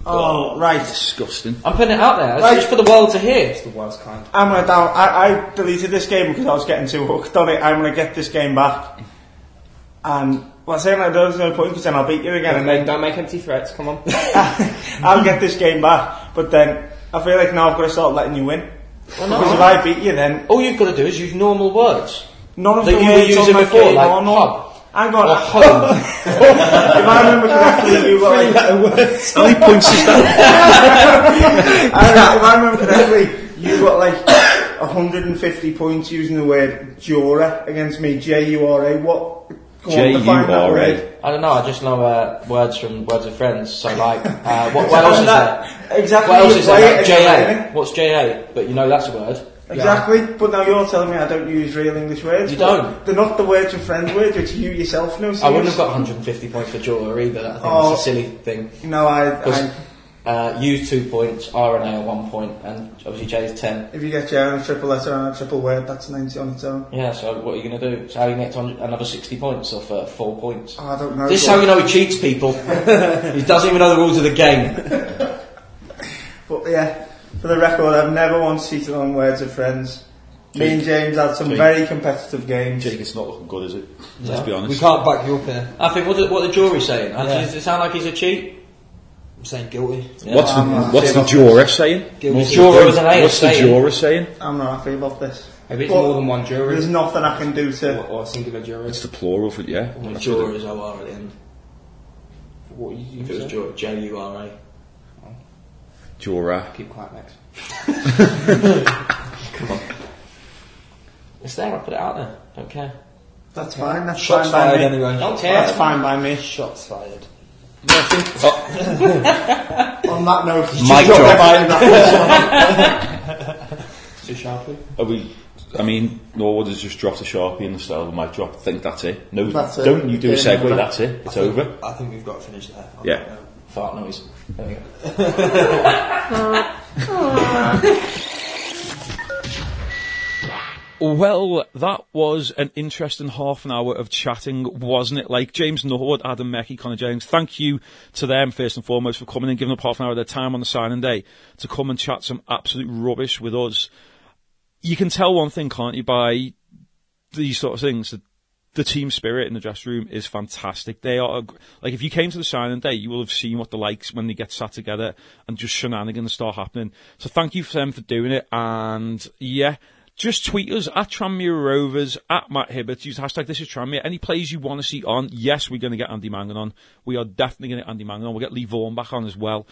Speaker 6: Oh, right.
Speaker 3: Disgusting.
Speaker 9: I'm putting it out there. It's
Speaker 6: Right.
Speaker 9: just for the world to hear.
Speaker 10: it's the worst kind.
Speaker 6: I'm gonna down. I, I deleted this game because I was getting too hooked on it. I'm gonna get this game back. And well, saying like there's no point because then I'll beat you again,
Speaker 10: And
Speaker 6: and
Speaker 10: then
Speaker 6: then
Speaker 10: don't make empty threats. Come
Speaker 9: *laughs*
Speaker 10: on.
Speaker 6: *laughs* I'll get this game back. But then I feel like now I've got to start letting you win.
Speaker 9: Well, no.
Speaker 6: Because if I beat you, then
Speaker 9: All you've got to do is use normal words.
Speaker 6: none of
Speaker 9: That
Speaker 6: the
Speaker 9: you were
Speaker 6: words on
Speaker 9: using
Speaker 6: my
Speaker 9: before,
Speaker 6: game
Speaker 9: like
Speaker 6: are normal.
Speaker 9: pub.
Speaker 6: Hang *laughs* on. if I remember correctly, you were like.
Speaker 11: How many points is that?
Speaker 6: I remember, if I remember correctly, you got like 150 points using the word Jura against me, J-U-R-A. What? go on, define that word.
Speaker 9: I don't know. I just know uh, words from words of friends. So like, uh, what, what else is there?
Speaker 6: Exactly.
Speaker 9: What else is
Speaker 6: Why
Speaker 9: there? Like,
Speaker 6: it's
Speaker 9: JA.
Speaker 6: raining.
Speaker 9: What's JA? But you know that's a word.
Speaker 6: Exactly. But now you're telling me I don't use real English words.
Speaker 9: You
Speaker 6: but
Speaker 9: don't.
Speaker 6: They're not the words of friend words, which you yourself know. So
Speaker 9: I
Speaker 6: you
Speaker 9: wouldn't have
Speaker 6: just-
Speaker 9: got 150 points for Jura either. I think
Speaker 6: Oh.
Speaker 9: that's a silly thing.
Speaker 6: No, I, I.
Speaker 9: Because uh, you two points, R and A are one point, and obviously J is ten.
Speaker 6: If you get your own triple letter and a triple word, that's 90 on its own.
Speaker 9: Yeah. So what are you going to do? So how you get to 100 another 60 points off uh, four points?
Speaker 6: Oh, I don't know.
Speaker 9: This is
Speaker 6: but-
Speaker 9: how you know he cheats
Speaker 6: *laughs*
Speaker 9: people. he doesn't even know the rules of the game.
Speaker 6: But yeah, for the record, I've never once cheated on words of friends. Me and James had some very competitive games.
Speaker 11: Jake, it's not looking good, is it? Let's
Speaker 9: No.
Speaker 11: be
Speaker 7: We
Speaker 11: honest.
Speaker 7: can't back you up here.
Speaker 9: I think what the, what the jury's saying. Uh,
Speaker 7: Yeah.
Speaker 9: Does it sound like he's a cheat?
Speaker 7: I'm saying guilty.
Speaker 11: What's the,
Speaker 6: I'm-
Speaker 11: what's the juror saying?
Speaker 7: Guilty.
Speaker 9: Well, juror was an A
Speaker 11: What's the
Speaker 9: saying.
Speaker 11: juror saying?
Speaker 6: I'm not happy about this.
Speaker 9: Maybe
Speaker 6: it's Well, more than
Speaker 9: one jury.
Speaker 6: There's nothing I can do
Speaker 9: Or,
Speaker 6: to.
Speaker 9: or a singular jury.
Speaker 11: It's the plural for yeah.
Speaker 9: Well,
Speaker 11: That's what
Speaker 9: juror
Speaker 11: it-
Speaker 9: is OR at the end.
Speaker 7: What you
Speaker 9: If it was juror, J-U-R-A.
Speaker 11: Juror.
Speaker 9: Keep quiet, Max. Come on. It's there, I put it out there. Don't care.
Speaker 6: That's fine. That's
Speaker 7: Shots
Speaker 6: fine by
Speaker 7: fired
Speaker 6: me.
Speaker 7: anyway.
Speaker 9: Don't care.
Speaker 6: That's fine by me.
Speaker 7: Shots fired.
Speaker 6: On that note,
Speaker 11: Mic drop.
Speaker 9: Too sharply.
Speaker 11: Are we? I mean, Norwood has just dropped a sharpie in the style of a mic drop. I think that's it. No,
Speaker 6: That's it.
Speaker 11: don't you do a
Speaker 6: Yeah,
Speaker 11: segue.
Speaker 6: no.
Speaker 11: That's it. It's over.
Speaker 7: I think we've got to finish there.
Speaker 11: Yeah.
Speaker 9: Fart noise. There we go.
Speaker 3: Well, that was an interesting half an hour of chatting, wasn't it? Like James Norwood, Adam Mackey, Connor Jones, thank you to them first and foremost for coming and giving up half an hour of their time on the signing day to come and chat some absolute rubbish with us. You can tell one thing, can't you, by these sort of things that the team spirit in the dressing room is fantastic. They are a gr- like if you came to the signing day, you will have seen what the likes when they get sat together and just shenanigans start happening. So thank you for them for doing it, and yeah. Just tweet us at Tranmere Rovers, at Matt Hibbert. Use the hashtag this is Tranmere. Any plays you want to see on, yes, we're going to get Andy Mangan on. We are definitely going to get Andy Mangan on. We'll get Lee Vaughan back on as well.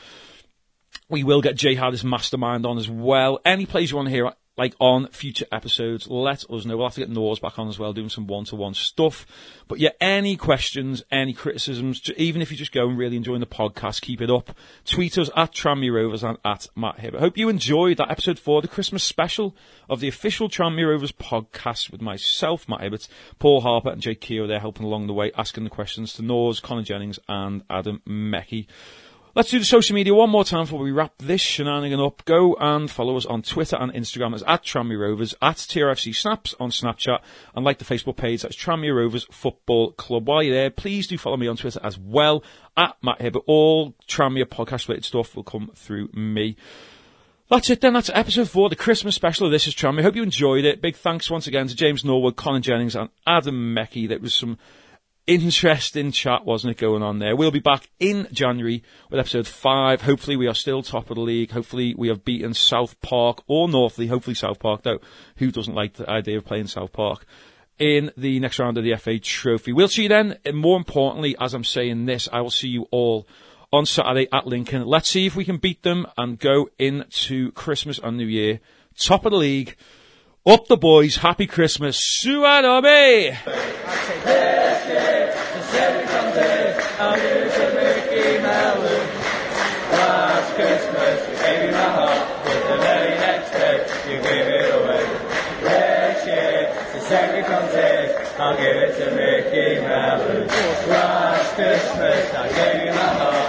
Speaker 3: We will get Jay Harris Mastermind on as well. Any plays you want to hear, like on future episodes, let us know. We'll have to get Norse back on as well, doing some one-to-one stuff. But yeah, any questions, any criticisms, ju- even if you're just going really enjoying the podcast, keep it up. Tweet us at Tranmere Rovers and at Matt Hibbert. Hope you enjoyed that episode four, the Christmas special of the official Tranmere Rovers podcast with myself, Matt Hibbert, Paul Harper and Jake Keogh there helping along the way, asking the questions to Norse, Connor Jennings and Adam Meckie. Let's do the social media one more time before we wrap this shenanigan up. Go and follow us on Twitter and Instagram as at Tranmere Rovers, at TRFC Snaps on Snapchat, and like the Facebook page that's Tranmere Rovers Football Club. While you're there, please do follow me on Twitter as well, at Matt Hibbert. All Tranmere podcast related stuff will come through me. That's it then. That's episode four, the Christmas special of This Is Tram. I hope you enjoyed it. Big thanks once again to James Norwood, Colin Jennings, and Adam Meckie. That was some interesting chat, wasn't it, going on there? We'll be back in January with episode five. Hopefully, we are still top of the league. Hopefully, we have beaten South Park or Northley. Hopefully, South Park, though. Who doesn't like the idea of playing South Park? In the next round of the FA Trophy. We'll see you then. And more importantly, as I'm saying this, I will see you all on Saturday at Lincoln. Let's see if we can beat them and go into Christmas and New Year. Top of the league. Up the boys. Happy Christmas. Suanobe!
Speaker 12: I'll give it to Mickey Mouse. Last Christmas, I gave you my heart.